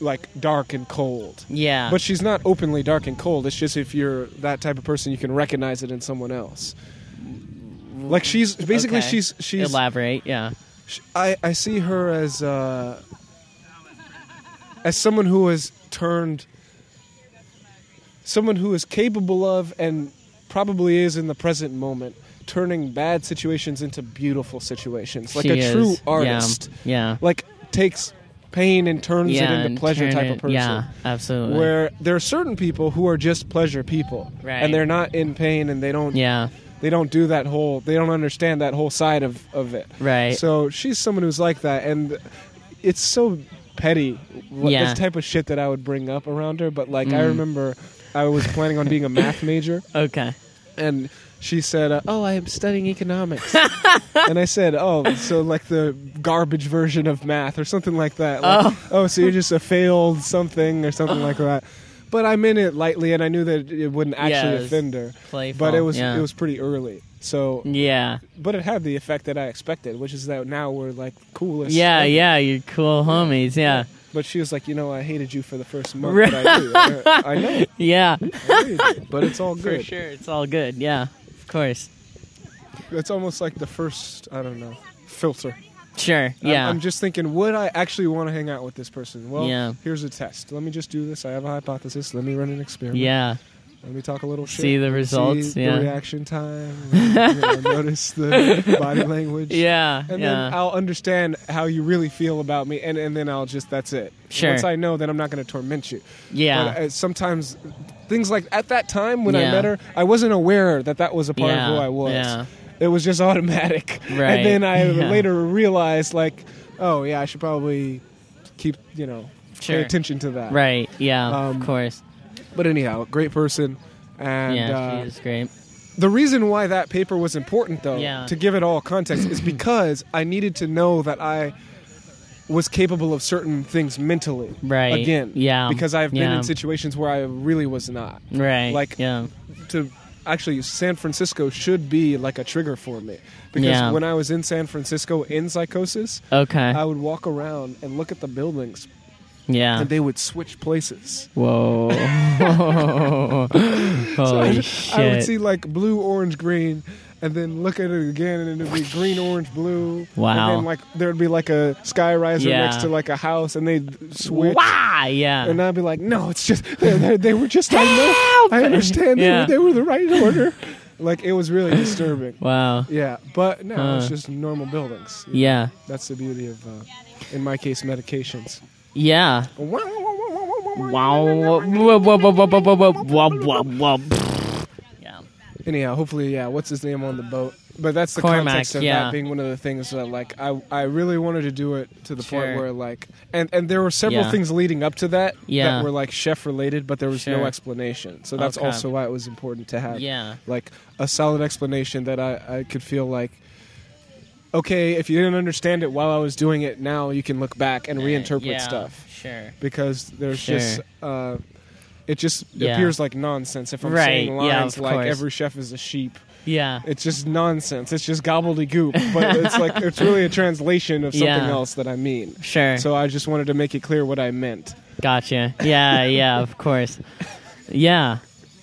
Speaker 2: like dark and cold.
Speaker 1: yeah.
Speaker 2: But she's not openly dark and cold. It's just if you're that type of person, you can recognize it in someone else. Like she's basically
Speaker 1: Okay.
Speaker 2: she's she's
Speaker 1: elaborate. Yeah.
Speaker 2: sh- I I see her as uh, as someone who has turned someone who is capable of and probably is in the present moment turning bad situations into beautiful situations like
Speaker 1: She
Speaker 2: a
Speaker 1: is.
Speaker 2: true
Speaker 1: Yeah.
Speaker 2: artist
Speaker 1: Yeah.
Speaker 2: like takes pain and turns
Speaker 1: yeah.
Speaker 2: it
Speaker 1: and
Speaker 2: into pleasure
Speaker 1: turn
Speaker 2: type
Speaker 1: it-
Speaker 2: of person
Speaker 1: Yeah. Absolutely.
Speaker 2: where there are certain people who are just pleasure people
Speaker 1: Right.
Speaker 2: and they're not in pain and they don't
Speaker 1: Yeah.
Speaker 2: they don't do that whole they don't understand that whole side of of it
Speaker 1: Right.
Speaker 2: so she's someone who's like that and it's so petty what-
Speaker 1: Yeah. Mm.
Speaker 2: this type of shit that i would bring up around her but like i remember i was planning on being a math major
Speaker 1: Okay.
Speaker 2: and she said uh, oh i am studying economics
Speaker 1: [LAUGHS]
Speaker 2: and i said oh so like the garbage version of math or something like that Like, [LAUGHS]
Speaker 1: Oh.
Speaker 2: so you're just a failed something or something like that but i meant it lightly and i knew that it wouldn't actually
Speaker 1: Yes.
Speaker 2: offend her
Speaker 1: Playful.
Speaker 2: but it was
Speaker 1: Yeah.
Speaker 2: it was pretty early so
Speaker 1: Yeah.
Speaker 2: but it had the effect that I expected, which is that now we're like coolest. [LAUGHS]
Speaker 1: Yeah.
Speaker 2: ever.
Speaker 1: Yeah. You cool homies. Yeah.
Speaker 2: But she was like, you know, I hated you for the first month.
Speaker 1: Right.
Speaker 2: But I, do. I,
Speaker 1: [LAUGHS]
Speaker 2: I know,
Speaker 1: Yeah.
Speaker 2: I know you did, but it's all
Speaker 1: For
Speaker 2: good.
Speaker 1: sure. It's all good. Yeah. Of course.
Speaker 2: It's almost like the first, I don't know, filter.
Speaker 1: Sure.
Speaker 2: I'm-
Speaker 1: Yeah.
Speaker 2: I'm, just thinking, would I actually want to hang out with this person? Well,
Speaker 1: Yeah.
Speaker 2: here's a test. Let me just do this. I have a hypothesis. Let me run an experiment.
Speaker 1: yeah.
Speaker 2: Let me talk a little shit.
Speaker 1: See the results,
Speaker 2: See
Speaker 1: yeah.
Speaker 2: The reaction time. you
Speaker 1: [LAUGHS]
Speaker 2: know, notice the body language.
Speaker 1: Yeah.
Speaker 2: and
Speaker 1: yeah.
Speaker 2: then I'll understand how you really feel about me, and, and then I'll just that's it.
Speaker 1: Sure.
Speaker 2: Once I know, then I'm not going to torment you.
Speaker 1: yeah.
Speaker 2: But, uh, sometimes things like at that time when I
Speaker 1: Yeah.
Speaker 2: met her, I wasn't aware that that was a part
Speaker 1: Yeah,
Speaker 2: of who I was.
Speaker 1: yeah.
Speaker 2: It was just automatic. [LAUGHS]
Speaker 1: Right, [LAUGHS]
Speaker 2: And then I
Speaker 1: yeah.
Speaker 2: later realized, like, oh yeah, I should probably keep you know
Speaker 1: Sure.
Speaker 2: pay attention to that.
Speaker 1: right. Yeah.
Speaker 2: um,
Speaker 1: of course.
Speaker 2: But anyhow, great person. And
Speaker 1: yeah.
Speaker 2: uh,
Speaker 1: she is great.
Speaker 2: the reason why that paper was important, though,
Speaker 1: Yeah.
Speaker 2: to give it all context,
Speaker 1: [CLEARS THROAT]
Speaker 2: is because I needed to know that I was capable of certain things mentally.
Speaker 1: Right.
Speaker 2: Again.
Speaker 1: Yeah.
Speaker 2: Because I've been
Speaker 1: Yeah.
Speaker 2: in situations where I really was not.
Speaker 1: Right.
Speaker 2: like,
Speaker 1: Yeah.
Speaker 2: To actually, San Francisco should be like a trigger for me because
Speaker 1: Yeah.
Speaker 2: when I was in San Francisco in psychosis,
Speaker 1: Okay.
Speaker 2: I would walk around and look at the buildings,
Speaker 1: yeah.
Speaker 2: and they would switch places. [LAUGHS]
Speaker 1: Whoa.
Speaker 2: I
Speaker 1: Holy
Speaker 2: would-
Speaker 1: shit.
Speaker 2: I would see like blue, orange, green, and then look at it again, and it'd be green, orange, blue. And
Speaker 1: Wow.
Speaker 2: then like there'd be like a sky riser
Speaker 1: Yeah.
Speaker 2: next to like a house, and they'd switch.
Speaker 1: Wah! Yeah.
Speaker 2: And I'd be like, no, it's just they, they, they were just. I know.
Speaker 1: Help!
Speaker 2: I understand.
Speaker 1: Yeah.
Speaker 2: They, were, they were the right order. Like it was really disturbing.
Speaker 1: Wow.
Speaker 2: Yeah, but no, it's
Speaker 1: Huh.
Speaker 2: just normal buildings.
Speaker 1: Yeah.
Speaker 2: That's the beauty of, uh, in my case, medications.
Speaker 1: Yeah. Wow. Yeah.
Speaker 2: Anyhow, hopefully, yeah. What's his name on the boat? But that's the
Speaker 1: Cormac,
Speaker 2: context of
Speaker 1: yeah.
Speaker 2: that being one of the things that, like, I I really wanted to do it to the
Speaker 1: Sure.
Speaker 2: point where, like, and and there were several
Speaker 1: Yeah.
Speaker 2: things leading up to that
Speaker 1: Yeah.
Speaker 2: that were like chef related, but there was no
Speaker 1: Sure.
Speaker 2: explanation. So that's
Speaker 1: Okay.
Speaker 2: also why it was important to have,
Speaker 1: Yeah.
Speaker 2: like, a solid explanation that I I could feel like. Okay, if you didn't understand it while I was doing it, now you can look back and reinterpret
Speaker 1: Yeah,
Speaker 2: stuff
Speaker 1: Sure.
Speaker 2: because there's
Speaker 1: Sure.
Speaker 2: just uh, it just
Speaker 1: Yeah.
Speaker 2: appears like nonsense if I'm
Speaker 1: Right,
Speaker 2: saying
Speaker 1: yeah,
Speaker 2: lines
Speaker 1: of
Speaker 2: like
Speaker 1: course.
Speaker 2: every chef is a sheep.
Speaker 1: Yeah.
Speaker 2: It's just nonsense. It's just
Speaker 1: [LAUGHS]
Speaker 2: gobbledygook, but it's like it's really a translation of something
Speaker 1: Yeah.
Speaker 2: else that I mean.
Speaker 1: Sure.
Speaker 2: So I just wanted to make it clear what
Speaker 1: [LAUGHS]
Speaker 2: I meant.
Speaker 1: Gotcha. Yeah, yeah, of course. Yeah.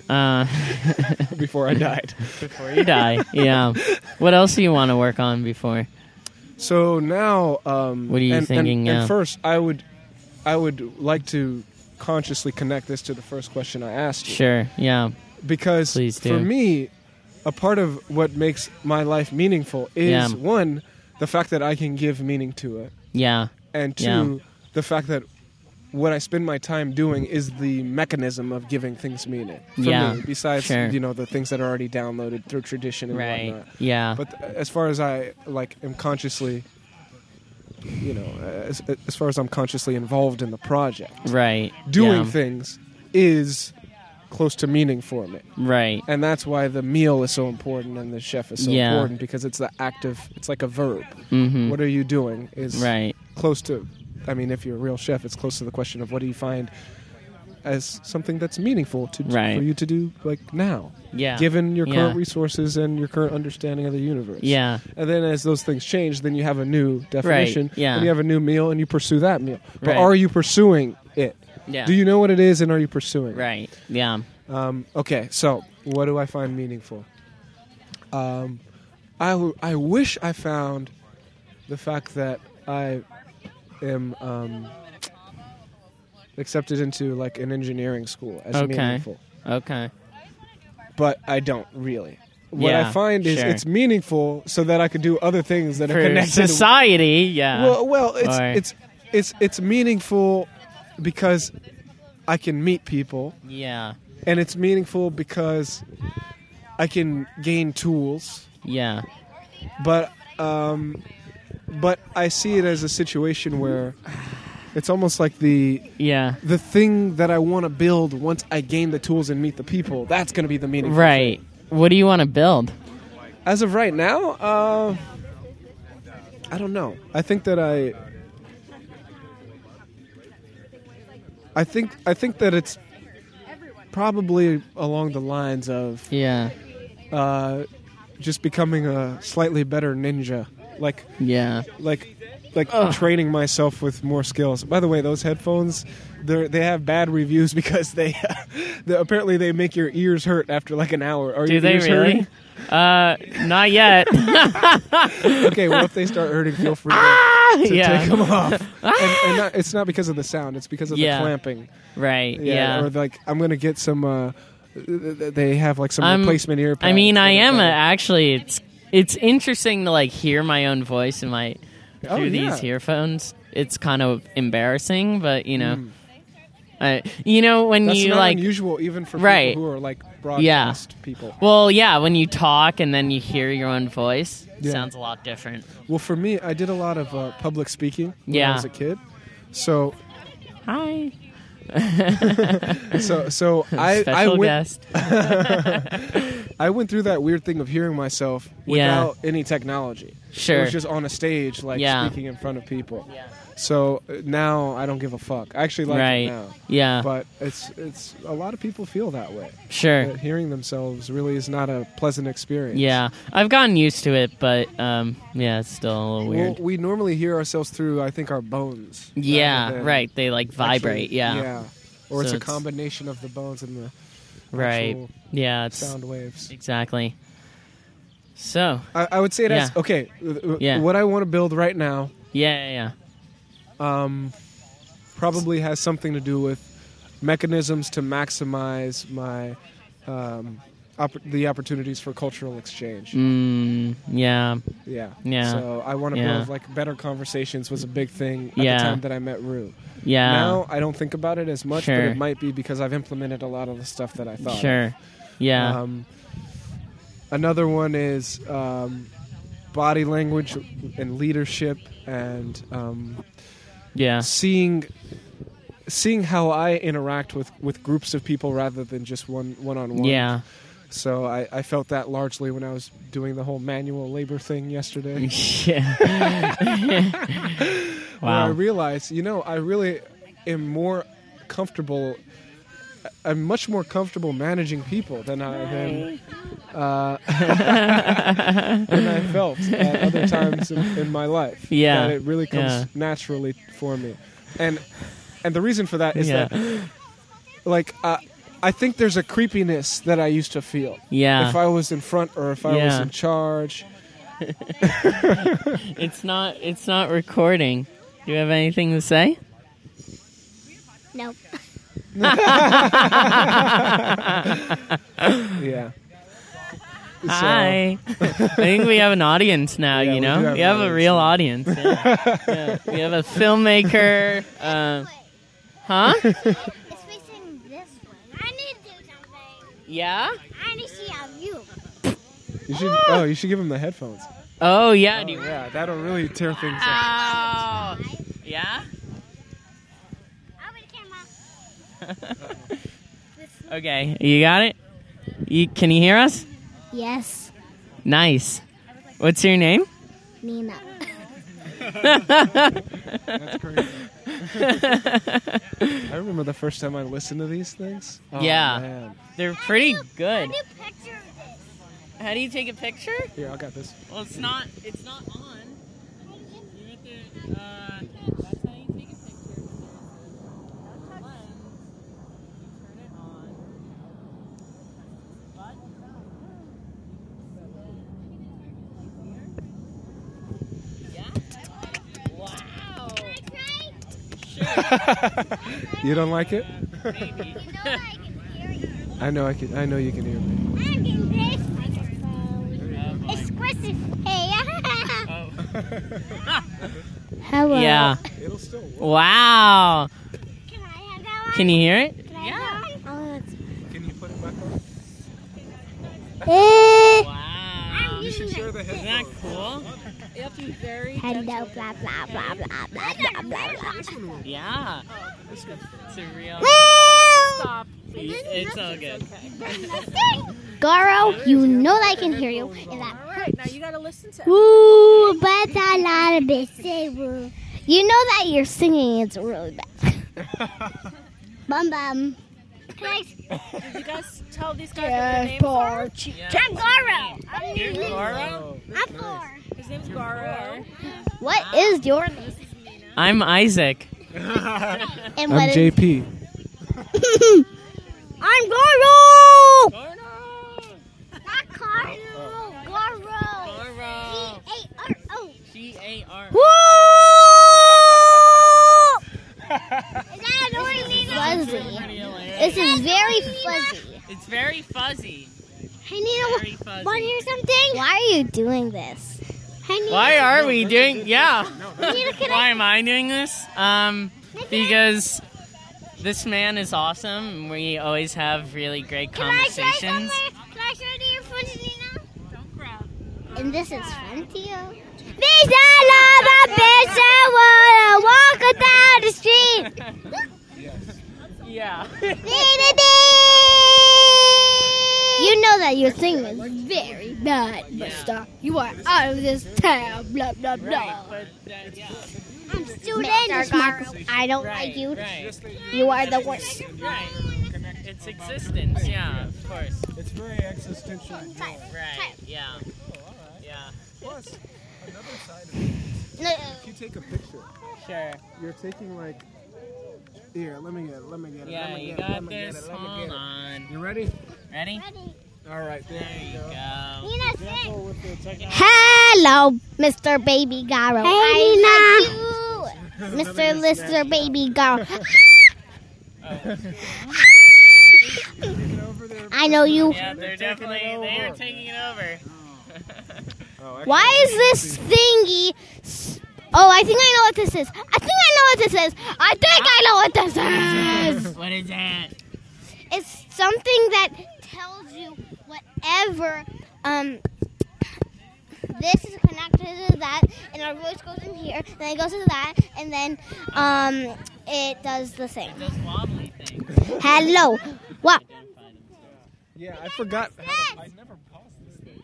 Speaker 1: Uh, [LAUGHS]
Speaker 2: before I died.
Speaker 1: before you die. Yeah. What else do you want to work on before?
Speaker 2: So now, um,
Speaker 1: What are you
Speaker 2: and, and-
Speaker 1: thinking
Speaker 2: And,
Speaker 1: now?
Speaker 2: first, I would, I would like to consciously connect this to the first question I asked you.
Speaker 1: Sure. Yeah.
Speaker 2: because
Speaker 1: Please do.
Speaker 2: for me, a part of what makes my life meaningful is
Speaker 1: Yeah.
Speaker 2: one, the fact that I can give meaning to it,
Speaker 1: Yeah.
Speaker 2: and two,
Speaker 1: Yeah.
Speaker 2: the fact that what I spend my time doing is the mechanism of giving things meaning. For
Speaker 1: Yeah.
Speaker 2: me, besides
Speaker 1: Sure.
Speaker 2: you know the things that are already downloaded through tradition and
Speaker 1: Right.
Speaker 2: whatnot.
Speaker 1: Yeah.
Speaker 2: But th- as far as I like, am consciously, you know, as, as far as I'm consciously involved in the project,
Speaker 1: right.
Speaker 2: doing
Speaker 1: yeah.
Speaker 2: things is close to meaning for me
Speaker 1: Right.
Speaker 2: and that's why the meal is so important and the chef is so
Speaker 1: Yeah.
Speaker 2: important because it's the active it's like a verb
Speaker 1: Mm-hmm.
Speaker 2: what are you doing is
Speaker 1: Right.
Speaker 2: close to i mean if you're a real chef it's close to the question of what do you find as something that's meaningful to
Speaker 1: Right.
Speaker 2: for you to do like now
Speaker 1: Yeah.
Speaker 2: given your current
Speaker 1: Yeah.
Speaker 2: resources and your current understanding of the universe
Speaker 1: Yeah.
Speaker 2: and then as those things change then you have a new definition
Speaker 1: yeah.
Speaker 2: and you have a new meal and you pursue that meal but
Speaker 1: Right.
Speaker 2: are you pursuing it
Speaker 1: Yeah.
Speaker 2: do you know what it is and are you pursuing it?
Speaker 1: Right. Yeah.
Speaker 2: Um, okay, so what do I find meaningful? Um, I, w- I wish I found the fact that I am um, accepted into like an engineering school as
Speaker 1: Okay.
Speaker 2: meaningful,
Speaker 1: Okay.
Speaker 2: but I don't really. What
Speaker 1: Yeah,
Speaker 2: I find is
Speaker 1: sure.
Speaker 2: it's meaningful so that I can do other things that are
Speaker 1: For
Speaker 2: connected.
Speaker 1: society. Yeah.
Speaker 2: Well, well, it's
Speaker 1: Or-
Speaker 2: it's it's it's meaningful because I can meet people
Speaker 1: yeah.
Speaker 2: and it's meaningful because I can gain tools,
Speaker 1: Yeah.
Speaker 2: but um, but I see it as a situation where it's almost like the
Speaker 1: Yeah.
Speaker 2: the thing that I want to build once I gain the tools and meet the people. That's going to be the meaningful.
Speaker 1: Right. What do you want to build?
Speaker 2: As of right now, uh, I don't know. I think that I. I think I think that it's probably along the lines of
Speaker 1: Yeah.
Speaker 2: uh, just becoming a slightly better ninja, like
Speaker 1: Yeah.
Speaker 2: like like training myself with more skills. By the way, those headphones, they they have bad reviews [LAUGHS] because they, they apparently they make your ears hurt after like an hour. Are
Speaker 1: Do
Speaker 2: your
Speaker 1: they
Speaker 2: ears
Speaker 1: really?
Speaker 2: hurting?
Speaker 1: Uh, not
Speaker 2: [LAUGHS]
Speaker 1: yet.
Speaker 2: Okay, well if they start hurting, feel free to, to
Speaker 1: [LAUGHS]
Speaker 2: take
Speaker 1: Ah, yeah.
Speaker 2: them off. and, and not, it's not because of the sound; it's because of
Speaker 1: Yeah.
Speaker 2: the clamping.
Speaker 1: [LAUGHS] Right. Yeah.
Speaker 2: or like I'm gonna get some. Uh, th- th- they have like some
Speaker 1: I'm-
Speaker 2: replacement ear.
Speaker 1: I mean,
Speaker 2: pads
Speaker 1: I
Speaker 2: that are
Speaker 1: am a,
Speaker 2: better.
Speaker 1: actually. It's it's interesting to like hear my own voice in my through
Speaker 2: Oh, yeah.
Speaker 1: these earphones. It's kind of embarrassing, but you know, I you know when
Speaker 2: Hmm. That's
Speaker 1: you
Speaker 2: not
Speaker 1: like
Speaker 2: unusual even for
Speaker 1: Right.
Speaker 2: people who are like broadcast people.
Speaker 1: well, yeah, when you talk and then you hear your own voice, it
Speaker 2: Yeah.
Speaker 1: sounds a lot different.
Speaker 2: Well, for me, I did a lot of uh, public speaking when
Speaker 1: Yeah.
Speaker 2: I was a kid. So,
Speaker 1: Hi, [LAUGHS]
Speaker 2: so, so I, I
Speaker 1: special
Speaker 2: went,
Speaker 1: guest.
Speaker 2: I went through that weird thing of hearing myself
Speaker 1: Yeah.
Speaker 2: without any technology. It
Speaker 1: Sure.
Speaker 2: was just on a stage, like
Speaker 1: Yeah.
Speaker 2: speaking in front of people. So uh, now I don't give a fuck. I actually like it
Speaker 1: right.
Speaker 2: now,
Speaker 1: yeah.
Speaker 2: but it's it's a lot of people feel that way.
Speaker 1: sure.
Speaker 2: That hearing themselves really is not a pleasant experience.
Speaker 1: Yeah, I've gotten used to it, but um, yeah, it's still a little
Speaker 2: Well,
Speaker 1: weird.
Speaker 2: we normally hear ourselves through, I think, our bones. rather
Speaker 1: yeah,
Speaker 2: than-
Speaker 1: right. They like vibrate.
Speaker 2: Actually,
Speaker 1: yeah,
Speaker 2: Yeah. Or it's
Speaker 1: So
Speaker 2: a
Speaker 1: it's-
Speaker 2: combination of the bones and the
Speaker 1: right.
Speaker 2: actual
Speaker 1: Yeah, it's
Speaker 2: sound waves.
Speaker 1: exactly. So
Speaker 2: I, I would say that's
Speaker 1: Yeah.
Speaker 2: okay. uh, uh,
Speaker 1: Yeah.
Speaker 2: What I want to build right now
Speaker 1: yeah, yeah,
Speaker 2: um, probably has something to do with mechanisms to maximize my um, opp- the opportunities for cultural exchange.
Speaker 1: Mm, yeah.
Speaker 2: Yeah.
Speaker 1: Yeah.
Speaker 2: So I want to
Speaker 1: Yeah.
Speaker 2: build like better conversations was a big thing at
Speaker 1: Yeah.
Speaker 2: the time that I met Rue.
Speaker 1: Yeah.
Speaker 2: Now I don't think about it as much,
Speaker 1: Sure.
Speaker 2: but it might be because I've implemented a lot of the stuff that I thought. of.
Speaker 1: sure. Yeah.
Speaker 2: Um, another one is um, body language and leadership and um,
Speaker 1: yeah.
Speaker 2: seeing seeing how I interact with, with groups of people rather than just one one on one. [LAUGHS]
Speaker 1: Yeah. [LAUGHS]
Speaker 2: So I, I felt that largely when I was doing the whole manual labor thing yesterday.
Speaker 1: Yeah.
Speaker 2: where I
Speaker 1: wow.
Speaker 2: realized, you know, I really am more comfortable. I'm much more comfortable managing people than I than, uh, [LAUGHS] than I felt at other times in, in my life.
Speaker 1: Yeah.
Speaker 2: that it really comes
Speaker 1: Yeah.
Speaker 2: naturally for me, and and the reason for that is
Speaker 1: Yeah.
Speaker 2: that like uh, I think there's a creepiness that I used to feel
Speaker 1: Yeah.
Speaker 2: if I was in front or if I was
Speaker 1: Yeah.
Speaker 2: in charge.
Speaker 1: it's not. It's not recording. Do you have anything to say?
Speaker 3: Nope. [LAUGHS]
Speaker 2: Yeah. So-
Speaker 1: Hi. I think we have an audience now.
Speaker 2: Yeah,
Speaker 1: you
Speaker 2: we do
Speaker 1: know,
Speaker 2: have
Speaker 1: we
Speaker 2: an
Speaker 1: have a
Speaker 2: audience
Speaker 1: real
Speaker 2: now.
Speaker 1: audience. Yeah. [LAUGHS] Yeah. We have a filmmaker. Uh, huh?
Speaker 3: It's facing this way. I need to do something.
Speaker 1: Yeah.
Speaker 3: I need to see how you.
Speaker 2: You should. Oh, you should give him the headphones.
Speaker 1: Oh yeah. Do you-
Speaker 2: yeah, that'll really tear things up.
Speaker 1: Ow. [LAUGHS] Yeah.
Speaker 3: Over the camera.
Speaker 1: Okay. You got it. You, can you hear us?
Speaker 3: Yes,
Speaker 1: Nice. What's your name? [LAUGHS]
Speaker 3: [LAUGHS] Nina.
Speaker 2: That's crazy. I remember the first time I listened to these things. Oh,
Speaker 1: Yeah.
Speaker 2: man.
Speaker 1: They're pretty good.
Speaker 3: New picture of this.
Speaker 1: How do you take a picture?
Speaker 2: Here, I got this. [LAUGHS]
Speaker 1: Well, it's not. It's not on. You have to. Uh, that's how you take a picture. There's a lens. You turn it on. But yeah. Wow. Sure.
Speaker 2: You don't like it?
Speaker 1: Maybe.
Speaker 3: You know I can hear you.
Speaker 2: I know I can. I know you can hear me. [LAUGHS]
Speaker 3: I'm getting this microphone.
Speaker 1: Oh, my-
Speaker 3: It's Chris's Hey. [LAUGHS]
Speaker 1: oh.
Speaker 3: Hello.
Speaker 1: Yeah.
Speaker 2: It'll still work.
Speaker 1: Wow.
Speaker 3: Can I have that one?
Speaker 1: Can you hear it?
Speaker 3: Can I have that one?
Speaker 2: Can you put it back on?
Speaker 3: Oh,
Speaker 1: Wow.
Speaker 3: it's. Using it.
Speaker 2: the
Speaker 1: Isn't that cool?
Speaker 3: Hello, blah, blah, blah, blah, blah, blah, blah, blah.
Speaker 1: Yeah. It's a real. Stop. Please. It's all good.
Speaker 3: [LAUGHS] Garo, you know I can hear you. And that
Speaker 4: All right, now you gotta listen to.
Speaker 3: Ooh, but a lot of bit saber. You know that you're singing it's really bad. bum bum.
Speaker 4: Did you guys tell these guys what their names are?
Speaker 3: I'm Garo.
Speaker 1: Here's Laura.
Speaker 3: I'm four.
Speaker 4: His name's Garo.
Speaker 3: What is your name?
Speaker 1: I'm Isaac.
Speaker 2: [LAUGHS]
Speaker 3: And
Speaker 2: I'm
Speaker 3: what is-
Speaker 2: JP.
Speaker 3: [LAUGHS] I'm Garo. Not Carlo. Garo.
Speaker 1: Laura.
Speaker 3: G A R O.
Speaker 1: G A R.
Speaker 3: Woo! is that annoying? Nina? Fuzzy. This is very fuzzy.
Speaker 1: It's very fuzzy.
Speaker 3: Hey Nina, [LAUGHS]
Speaker 1: Very fuzzy.
Speaker 3: want to hear something? Why are you doing this? Hey Nina.
Speaker 1: Why are we doing? Yeah.
Speaker 3: Nina, can
Speaker 1: Why am I doing this? Um, because this man is awesome. and We always have really great
Speaker 3: Can I show you
Speaker 1: conversations.
Speaker 3: somewhere? Can I show you to your friends, Nina? Don't grab. And this is fun to you. Bitch, I love a bitch. I wanna walk down the street.
Speaker 1: [LAUGHS] Yeah.
Speaker 3: You know that your thing is very bad, Buster. You are out of this town. Blah blah blah.
Speaker 1: But, uh, yeah.
Speaker 3: I'm still dangerous, Michael. I don't like
Speaker 1: Right.
Speaker 3: you.
Speaker 1: Right.
Speaker 3: You are the worst.
Speaker 1: Right. Its existence, yeah, of course.
Speaker 2: It's very existential.
Speaker 1: Right, yeah.
Speaker 2: Oh,
Speaker 1: Yeah,
Speaker 2: Plus, another side of it, if you take a picture,
Speaker 1: sure.
Speaker 2: you're taking like. Here, let me get it. Let me get it.
Speaker 1: Yeah,
Speaker 2: let
Speaker 1: you
Speaker 2: me get it, let
Speaker 1: got
Speaker 2: me get
Speaker 1: this.
Speaker 2: it, let me
Speaker 1: Hold
Speaker 2: get it.
Speaker 1: on.
Speaker 2: You ready?
Speaker 1: Ready?
Speaker 2: All right, there,
Speaker 1: There
Speaker 2: you
Speaker 1: you
Speaker 2: go.
Speaker 1: go.
Speaker 3: Nina, sing.
Speaker 2: Careful Oh, with the technology.
Speaker 3: Hello, Mr. Baby Garo. I love you. Mr. Lister Baby Garo.
Speaker 2: Take it over there.
Speaker 3: I know you.
Speaker 1: Yeah, they're, definitely they are taking it over.
Speaker 3: Why is this thingy? s- Oh, I think I know what this is. I think I know what this is. I think I know what this is.
Speaker 1: What is that?
Speaker 3: It's something that tells you whatever um this is connected to that and our voice goes in here and then it goes to that and then um it does the thing.
Speaker 1: Those wobbly [LAUGHS] things.
Speaker 3: Hello. What?
Speaker 2: Yeah, I forgot.
Speaker 3: Snacks!
Speaker 2: I never paused this thing,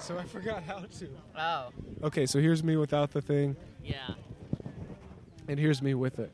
Speaker 2: so I forgot how to.
Speaker 1: Oh,
Speaker 2: Okay, so here's me without the thing,
Speaker 1: yeah.
Speaker 2: and here's me with it.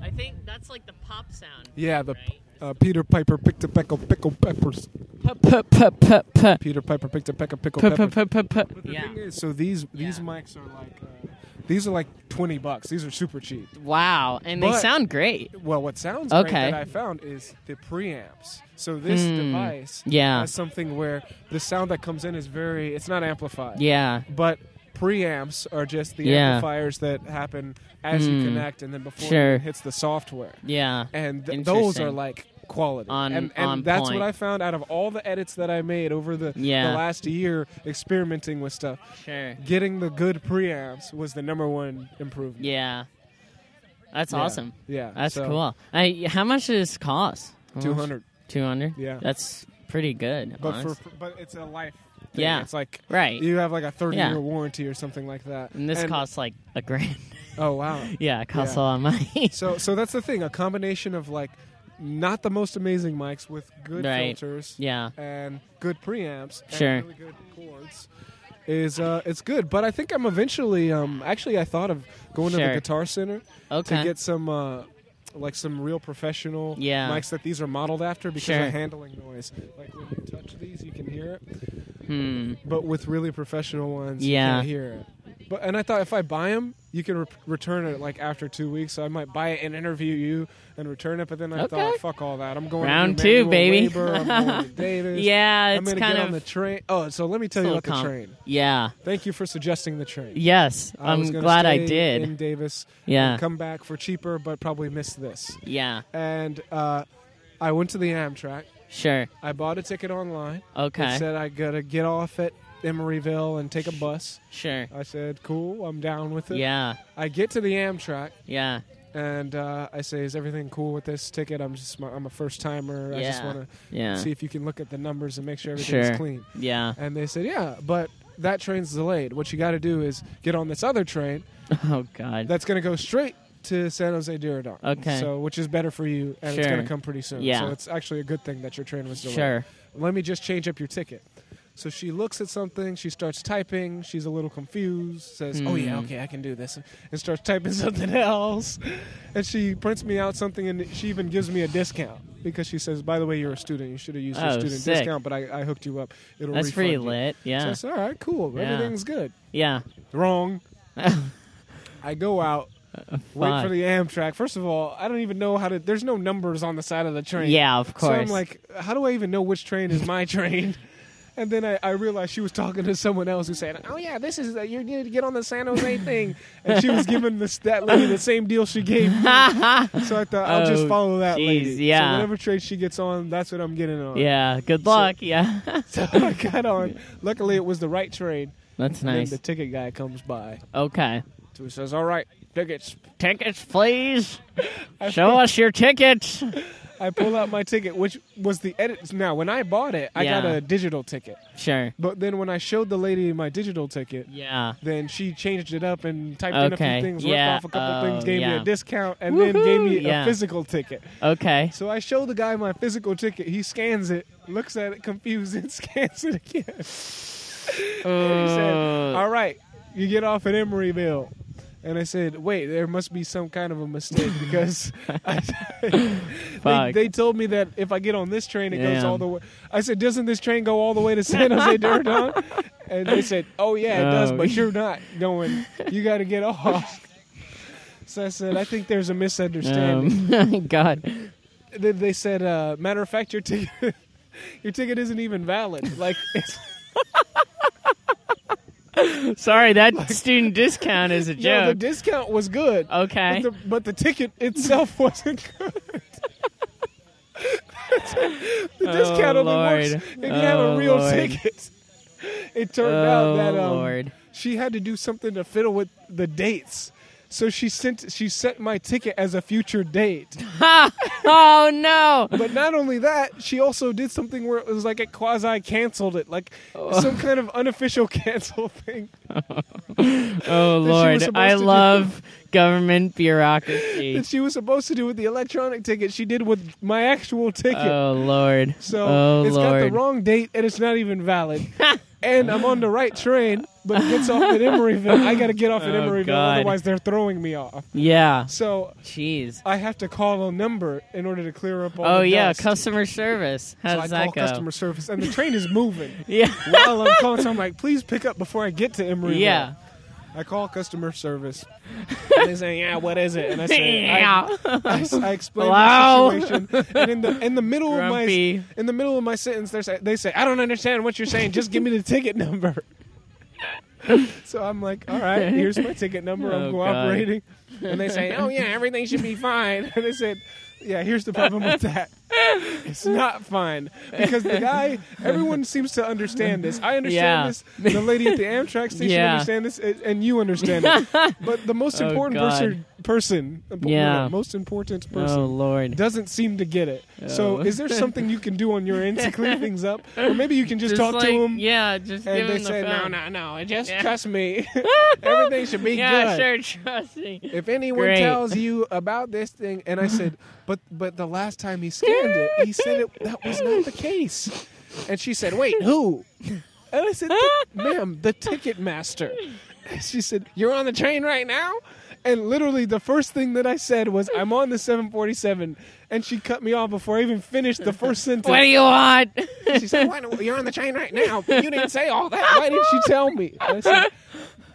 Speaker 1: I think that's like the pop sound.
Speaker 2: Yeah, the
Speaker 1: Right.
Speaker 2: uh, Peter Piper picked a peckle pickle peppers.
Speaker 1: P-p-p-p-p.
Speaker 2: Peter Piper picked a peck of pickle peppers. But the
Speaker 1: Yeah.
Speaker 2: thing is, so these these
Speaker 1: Yeah.
Speaker 2: mics are like uh, these are like twenty bucks. These are super cheap.
Speaker 1: Wow, and they
Speaker 2: But-
Speaker 1: sound great.
Speaker 2: Well, what sounds great
Speaker 1: Okay.
Speaker 2: that I found is the preamps. So this
Speaker 1: Hmm.
Speaker 2: device
Speaker 1: Yeah.
Speaker 2: has something where the sound that comes in is very it's not amplified.
Speaker 1: Yeah.
Speaker 2: But preamps are just the
Speaker 1: Yeah.
Speaker 2: amplifiers that happen as you
Speaker 1: Hmm.
Speaker 2: connect and then before
Speaker 1: Sure.
Speaker 2: it hits the software.
Speaker 1: Yeah.
Speaker 2: And th- those are
Speaker 1: Interesting.
Speaker 2: like quality.
Speaker 1: On-
Speaker 2: and and
Speaker 1: on
Speaker 2: that's
Speaker 1: point.
Speaker 2: what I found out of all the edits that I made over the,
Speaker 1: Yeah.
Speaker 2: the last year experimenting with stuff.
Speaker 1: Sure.
Speaker 2: Getting the good preamps was the number one improvement.
Speaker 1: Yeah. That's
Speaker 2: Yeah.
Speaker 1: awesome.
Speaker 2: Yeah.
Speaker 1: That's
Speaker 2: so,
Speaker 1: cool. I, how much does this cost?
Speaker 2: 200.
Speaker 1: 200?
Speaker 2: Yeah.
Speaker 1: That's pretty good.
Speaker 2: But for
Speaker 1: honest.
Speaker 2: but it's a life. Thing.
Speaker 1: Yeah.
Speaker 2: It's like
Speaker 1: Right.
Speaker 2: you have like a thirty
Speaker 1: Yeah.
Speaker 2: year warranty or something like that.
Speaker 1: and this costs like a grand. [LAUGHS]
Speaker 2: Oh wow.
Speaker 1: yeah, it costs
Speaker 2: Yeah.
Speaker 1: a lot of money. [LAUGHS]
Speaker 2: So so that's the thing. A combination of like not the most amazing mics with good
Speaker 1: Right.
Speaker 2: filters
Speaker 1: yeah.
Speaker 2: and good preamps
Speaker 1: Sure.
Speaker 2: and really good chords is uh it's good. But I think I'm eventually um actually I thought of going to the
Speaker 1: Sure.
Speaker 2: Guitar Center
Speaker 1: Okay.
Speaker 2: to get some. uh like some real professional
Speaker 1: Yeah.
Speaker 2: mics that these are modeled after because
Speaker 1: Sure.
Speaker 2: of handling noise. Like when you touch these, you can hear it.
Speaker 1: hmm.
Speaker 2: but with really professional ones,
Speaker 1: Yeah.
Speaker 2: you can't hear it. But and I thought if I buy them, you can re- return it like after two weeks. So I might buy it and interview you and return it. But then I
Speaker 1: Okay.
Speaker 2: thought, fuck all that. I'm going to
Speaker 1: Round
Speaker 2: do
Speaker 1: two,
Speaker 2: manual
Speaker 1: baby.
Speaker 2: labor, I'm going
Speaker 1: [LAUGHS]
Speaker 2: to Davis.
Speaker 1: Yeah,
Speaker 2: I'm
Speaker 1: it's
Speaker 2: gonna
Speaker 1: kind
Speaker 2: get
Speaker 1: of
Speaker 2: on the train. Oh, so let me
Speaker 1: a
Speaker 2: tell you
Speaker 1: little
Speaker 2: about the
Speaker 1: comp-
Speaker 2: train.
Speaker 1: Yeah.
Speaker 2: Thank you for suggesting the train.
Speaker 1: Yes.
Speaker 2: I was
Speaker 1: I'm
Speaker 2: gonna
Speaker 1: glad I
Speaker 2: stay
Speaker 1: did.
Speaker 2: In Davis,
Speaker 1: Yeah.
Speaker 2: and come back for cheaper, but probably miss this.
Speaker 1: yeah.
Speaker 2: And uh, I went to the Amtrak.
Speaker 1: Sure.
Speaker 2: I bought a ticket online. It
Speaker 1: Okay.
Speaker 2: said I gotta get off at Emeryville and take a bus.
Speaker 1: Sure.
Speaker 2: I said, "Cool, I'm down with it."
Speaker 1: Yeah.
Speaker 2: I get to the Amtrak
Speaker 1: Yeah.
Speaker 2: and uh, I say, "Is everything cool with this ticket? I'm just I'm a first timer. I just
Speaker 1: Yeah.
Speaker 2: want to
Speaker 1: Yeah.
Speaker 2: see if you can look at the numbers and make sure everything's
Speaker 1: Sure.
Speaker 2: clean."
Speaker 1: Yeah. [LAUGHS]
Speaker 2: And they said, "Yeah, but that train's delayed. What you got to do is get on this other train
Speaker 1: Oh God.
Speaker 2: that's going to go straight." To San Jose Diridon.
Speaker 1: Okay.
Speaker 2: So, which is better for you, and it's
Speaker 1: Sure.
Speaker 2: going to come pretty soon.
Speaker 1: Yeah.
Speaker 2: So, it's actually a good thing that your train was delayed
Speaker 1: Sure.
Speaker 2: let me just change up your ticket. So she looks at something, she starts typing, she's a little confused, says, Oh, yeah,
Speaker 1: Hmm.
Speaker 2: okay, I can do this, and starts typing [LAUGHS] something else. And she prints me out something, and she even gives me a discount because she says, By the way, you're a student, you should have used your
Speaker 1: Oh,
Speaker 2: student
Speaker 1: sick.
Speaker 2: discount, but I, I hooked you up. It'll
Speaker 1: That's
Speaker 2: refund
Speaker 1: pretty
Speaker 2: you."
Speaker 1: lit.
Speaker 2: So I
Speaker 1: Yeah.
Speaker 2: said, All right, cool,
Speaker 1: Yeah.
Speaker 2: everything's good.
Speaker 1: Yeah. [LAUGHS]
Speaker 2: Wrong. I go out,
Speaker 1: Uh,
Speaker 2: wait for
Speaker 1: Fine.
Speaker 2: the Amtrak. First of all, I don't even know how to, there's no numbers on the side of the train.
Speaker 1: Yeah, of
Speaker 2: So
Speaker 1: course.
Speaker 2: I'm like, how do I even know which train is my train? [LAUGHS] And then I, I realized she was talking to someone else who said, "Oh yeah, this is uh, you need to get on the San
Speaker 1: [LAUGHS]
Speaker 2: Jose thing," and she was giving this that lady the same deal she
Speaker 1: [LAUGHS]
Speaker 2: gave. Me. So I thought I'll just
Speaker 1: Oh,
Speaker 2: follow that
Speaker 1: jeez,
Speaker 2: lady. So
Speaker 1: yeah.
Speaker 2: whatever train she gets on, that's what I'm getting on.
Speaker 1: yeah. Good luck. [LAUGHS] yeah.
Speaker 2: [LAUGHS] So I got on. Luckily, it was the right train.
Speaker 1: That's
Speaker 2: And then
Speaker 1: nice.
Speaker 2: the ticket guy comes by.
Speaker 1: Okay.
Speaker 2: So he says, "All right, tickets."
Speaker 1: Tickets,
Speaker 2: [LAUGHS]
Speaker 1: please. Show us your tickets.
Speaker 2: I pull out my ticket, which was the edit. Now, when I bought it, I got
Speaker 1: Yeah.
Speaker 2: a digital ticket.
Speaker 1: Sure.
Speaker 2: But then when I showed the lady my digital ticket,
Speaker 1: Yeah.
Speaker 2: then she changed it up and typed in a few
Speaker 1: Okay,
Speaker 2: things,
Speaker 1: yeah,
Speaker 2: ripped off a couple
Speaker 1: oh,
Speaker 2: things, gave me
Speaker 1: yeah.
Speaker 2: a discount, and then
Speaker 1: Woohoo,
Speaker 2: gave me a
Speaker 1: yeah.
Speaker 2: physical ticket. [LAUGHS]
Speaker 1: Okay.
Speaker 2: So I show the guy my physical ticket. He scans it, looks at it, confused, and [LAUGHS] scans it again. He said,
Speaker 1: Uh,
Speaker 2: "All right, you get off at Emeryville." And I said, "Wait, there must be some kind of a mistake
Speaker 1: [LAUGHS]
Speaker 2: because I, [LAUGHS] they,
Speaker 1: Fuck.
Speaker 2: they told me that if I get on this train, it goes
Speaker 1: Damn.
Speaker 2: all the way." I said, "Doesn't this train go all the way to San
Speaker 1: [LAUGHS]
Speaker 2: Jose Diridon?" and they said, "Oh yeah, it does,
Speaker 1: Oh.
Speaker 2: but you're not going. You got to get off." So I said, "I think there's a misunderstanding."
Speaker 1: um, [LAUGHS] God.
Speaker 2: Then they said, uh, "Matter of fact, your ticket, [LAUGHS] your ticket isn't even valid. Like, [LAUGHS] it's,
Speaker 1: Sorry,
Speaker 2: [LAUGHS]
Speaker 1: that student discount is a joke.
Speaker 2: no, the discount was good."
Speaker 1: okay.
Speaker 2: [LAUGHS] But the, but the ticket itself wasn't good. The discount only works
Speaker 1: Oh, Lord.
Speaker 2: if you have a
Speaker 1: Oh,
Speaker 2: real
Speaker 1: Lord.
Speaker 2: ticket. It turned
Speaker 1: Oh,
Speaker 2: out that um,
Speaker 1: Lord. [LAUGHS]
Speaker 2: she had to do something to fiddle with the dates. So she sent she sent my ticket as a future date.
Speaker 1: oh
Speaker 2: [LAUGHS]
Speaker 1: no!
Speaker 2: But not only that, she also did something where it was like it quasi canceled it, like some kind of unofficial [LAUGHS] cancel thing.
Speaker 1: Oh
Speaker 2: was
Speaker 1: lord!
Speaker 2: supposed
Speaker 1: I
Speaker 2: to do.
Speaker 1: love government bureaucracy.
Speaker 2: that she was supposed to do with the electronic ticket. She did with my actual ticket.
Speaker 1: Oh lord!
Speaker 2: so
Speaker 1: oh
Speaker 2: it's
Speaker 1: lord!
Speaker 2: got the wrong date and it's not even
Speaker 1: [LAUGHS]
Speaker 2: valid. and I'm on the right train, but it gets off at Emeryville. I got to get off at
Speaker 1: Oh,
Speaker 2: Emeryville,
Speaker 1: God.
Speaker 2: otherwise they're throwing me off.
Speaker 1: yeah.
Speaker 2: So
Speaker 1: Jeez.
Speaker 2: I have to call a number in order to clear up all
Speaker 1: Oh
Speaker 2: the
Speaker 1: yeah, uh,
Speaker 2: dust.
Speaker 1: customer service. How
Speaker 2: so I
Speaker 1: does
Speaker 2: call
Speaker 1: that go?
Speaker 2: customer service, and the train is moving.
Speaker 1: [LAUGHS] yeah.
Speaker 2: While I'm calling, so I'm like, please pick up before I get to Emeryville.
Speaker 1: yeah.
Speaker 2: I call customer service. and they say, "Yeah, what is it?" And I say,
Speaker 1: [LAUGHS]
Speaker 2: "I- I, I explained
Speaker 1: Hello?
Speaker 2: my situation, and in the in the middle
Speaker 1: Grumpy.
Speaker 2: of my in the middle of my sentence, they say, they say, "I don't understand what you're saying. Just give me the ticket number." [LAUGHS] so I'm like, "All right, here's my ticket number.
Speaker 1: Oh,
Speaker 2: I'm
Speaker 1: God.
Speaker 2: cooperating." And they say, "Oh yeah, everything should be fine." [LAUGHS] And they said, "Yeah, here's the problem with that." It's not fine because the guy. Everyone seems to understand this. I understand
Speaker 1: Yeah.
Speaker 2: this. The lady at the Amtrak station
Speaker 1: Yeah.
Speaker 2: understand this, and and you
Speaker 1: [LAUGHS]
Speaker 2: understand it. But the most
Speaker 1: Oh,
Speaker 2: important
Speaker 1: God.
Speaker 2: person person
Speaker 1: Yeah.
Speaker 2: yeah. most important person
Speaker 1: Oh lord.
Speaker 2: doesn't seem to get it. So
Speaker 1: Oh.
Speaker 2: is there something you can do on your end to clear things up? Or maybe you can just, talk
Speaker 1: like,
Speaker 2: to him
Speaker 1: Yeah, just give
Speaker 2: and they
Speaker 1: him the
Speaker 2: say,
Speaker 1: phone.
Speaker 2: No, no, no, just
Speaker 1: Yeah. [LAUGHS]
Speaker 2: trust me. Everything should be
Speaker 1: yeah,
Speaker 2: good.
Speaker 1: sure, trust
Speaker 2: [LAUGHS]
Speaker 1: me.
Speaker 2: If anyone
Speaker 1: Great.
Speaker 2: tells you about this thing and I said,
Speaker 1: [LAUGHS]
Speaker 2: But but the last time he scanned it, he said it that was not the case. And she said, Wait, who? And I said, "The- ma'am, the ticket master. And she said, You're on the train right now? And literally, the first thing that I said was, I'm on the 747. And she cut me off before I even finished the first sentence.
Speaker 1: What do you want? [LAUGHS]
Speaker 2: she said, Why don't, You're on the train right now. But you didn't say all that. Why didn't you tell me? And I said,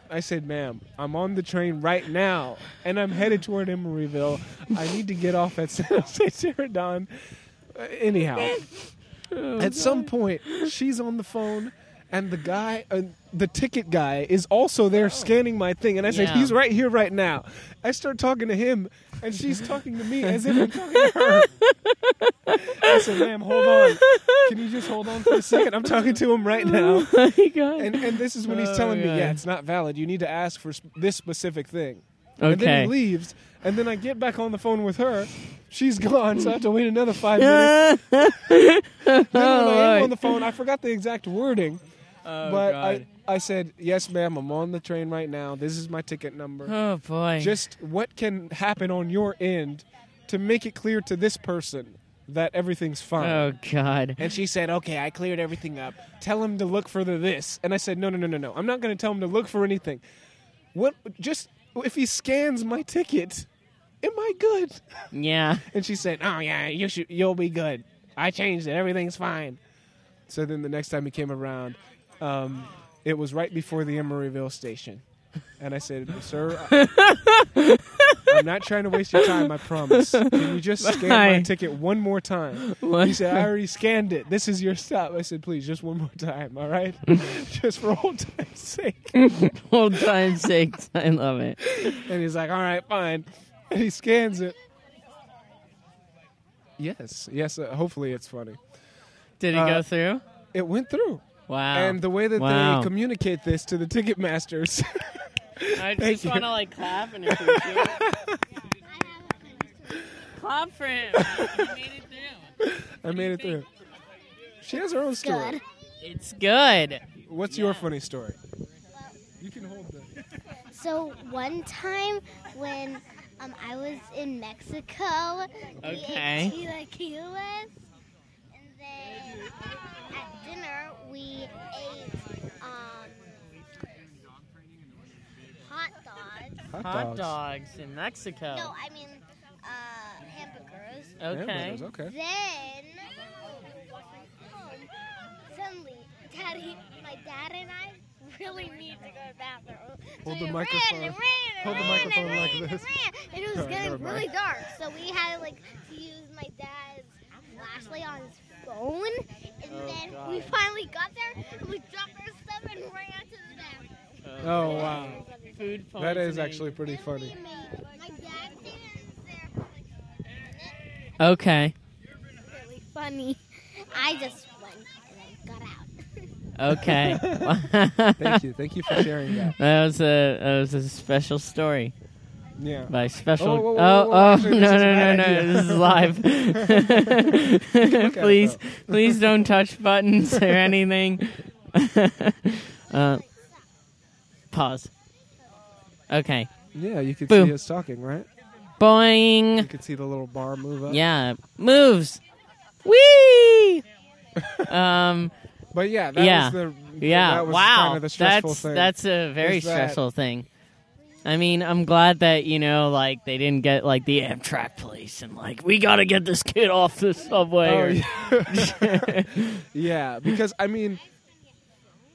Speaker 2: I said, ma'am, I'm on the train right now and I'm headed toward Emeryville. I need to get off at [LAUGHS] San Jose Cerrodon. Uh, anyhow, at some point, she's on the phone, and the guy, uh, the ticket guy, is also there scanning my thing. And I said,
Speaker 1: Yeah.
Speaker 2: "He's right here, right now." I start talking to him, and she's talking to me as if I'm talking to her. I said, "Ma'am, hold on. Can you just hold on for a second? I'm talking to him right now."
Speaker 1: oh my god.
Speaker 2: And and this is when he's
Speaker 1: Oh,
Speaker 2: telling me,
Speaker 1: God.
Speaker 2: "Yeah, it's not valid. You need to ask for sp- this specific thing." And then
Speaker 1: okay.
Speaker 2: he leaves, and then I get back on the phone with her. She's [LAUGHS] gone, so I have to wait another five minutes.
Speaker 1: [LAUGHS] oh,
Speaker 2: Then when I am
Speaker 1: Lord.
Speaker 2: on the phone, I forgot the exact wording,
Speaker 1: Oh,
Speaker 2: [LAUGHS] but
Speaker 1: God.
Speaker 2: I, I said, "Yes, ma'am, I'm on the train right now. This is my ticket number.
Speaker 1: oh boy.
Speaker 2: Just what can happen on your end to make it clear to this person that everything's fine?"
Speaker 1: oh god.
Speaker 2: uh, And she said, "Okay, I cleared everything up. Tell him to look for the this." And I said, "No, no, no, no, no. I'm not going to tell him to look for anything. What? Just if he scans my ticket, am I good?"
Speaker 1: Yeah. [LAUGHS]
Speaker 2: And she said, "Oh yeah, you should. You'll be good. I changed it. Everything's fine." So then the next time he came around, um, it was right before the Emeryville station, and I said, "Sir." I- I'm not trying to waste your time, I promise. Can you just scan my
Speaker 1: Bye.
Speaker 2: ticket one more time?
Speaker 1: What?
Speaker 2: He said, I already scanned it. This is your stop. I said, please, just one more time, all right? [LAUGHS] just for old time's sake.
Speaker 1: Old time's sake. I love it.
Speaker 2: And he's like, all right, fine. [LAUGHS] And he scans it. Yes, yes, uh, hopefully it's funny.
Speaker 1: Did it
Speaker 2: Uh,
Speaker 1: go through?
Speaker 2: It went through.
Speaker 1: Wow.
Speaker 2: And the way that
Speaker 1: Wow.
Speaker 2: they communicate this to the ticket masters.
Speaker 1: I
Speaker 2: Thank
Speaker 1: just
Speaker 2: you.
Speaker 1: want to like clap and appreciate it. [LAUGHS] clap for him. He made it through.
Speaker 2: [LAUGHS] I made it through. She has her own story.
Speaker 3: Good.
Speaker 1: It's good.
Speaker 2: What's your funny story? You can hold the.
Speaker 3: So one time when um, I was in Mexico,
Speaker 1: Okay.
Speaker 3: we ate chilaquiles, and then uh, at dinner we ate um, hot dogs.
Speaker 2: Hot,
Speaker 1: Hot
Speaker 2: dogs.
Speaker 1: dogs in Mexico.
Speaker 3: No, I mean uh, hamburgers.
Speaker 1: Okay.
Speaker 2: Hamburgers, okay.
Speaker 3: Then suddenly, Daddy, my dad and I really need to go to the bathroom.
Speaker 2: Hold
Speaker 3: so
Speaker 2: the
Speaker 3: we
Speaker 2: microphone.
Speaker 3: Ran and ran and
Speaker 2: Hold the
Speaker 3: ran
Speaker 2: microphone
Speaker 3: and
Speaker 2: like
Speaker 3: ran
Speaker 2: this.
Speaker 3: And, ran. and it was
Speaker 2: Alright, never
Speaker 3: getting
Speaker 2: mind.
Speaker 3: really dark, so we had like to use my dad's flashlight on his phone. And
Speaker 1: Oh,
Speaker 3: then
Speaker 1: God.
Speaker 3: we finally got there, and we dropped our stuff and ran to the bathroom.
Speaker 2: Oh, wow.
Speaker 1: Food
Speaker 2: That is
Speaker 1: poisoning.
Speaker 2: actually pretty
Speaker 3: Then [LAUGHS]
Speaker 2: funny.
Speaker 3: We made, my dad stands there for like a minute.
Speaker 2: [LAUGHS]
Speaker 1: Okay.
Speaker 3: Really funny. I just went and then got out.
Speaker 1: Okay.
Speaker 2: Thank you. Thank you for sharing that.
Speaker 1: [LAUGHS] That was a that was a special story
Speaker 2: Yeah.
Speaker 1: by special.
Speaker 2: Oh, whoa, whoa,
Speaker 1: oh,
Speaker 2: whoa, whoa,
Speaker 1: oh,
Speaker 2: actually, this
Speaker 1: no,
Speaker 2: is a
Speaker 1: no, no,
Speaker 2: bad
Speaker 1: no!
Speaker 2: idea.
Speaker 1: This is
Speaker 2: [LAUGHS]
Speaker 1: [LAUGHS] live.
Speaker 2: at it,
Speaker 1: please,
Speaker 2: though. [LAUGHS]
Speaker 1: please don't touch buttons or anything. [LAUGHS] uh, pause. Okay.
Speaker 2: Yeah, you could
Speaker 1: Boom.
Speaker 2: see us talking, right? You
Speaker 1: Boing.
Speaker 2: could see the little bar move up.
Speaker 1: Yeah, moves.
Speaker 2: [LAUGHS]
Speaker 1: Whee. Um.
Speaker 2: But yeah, that
Speaker 1: Yeah.
Speaker 2: was the
Speaker 1: Yeah.
Speaker 2: That was
Speaker 1: wow.
Speaker 2: Kind of the stressful
Speaker 1: that's
Speaker 2: thing.
Speaker 1: that's a very
Speaker 2: Is that-
Speaker 1: stressful thing. I mean, I'm glad that you know, like they didn't get like the Amtrak police and like we got to get this kid off the subway.
Speaker 2: Oh,
Speaker 1: or- [LAUGHS]
Speaker 2: yeah. [LAUGHS] yeah, because I mean,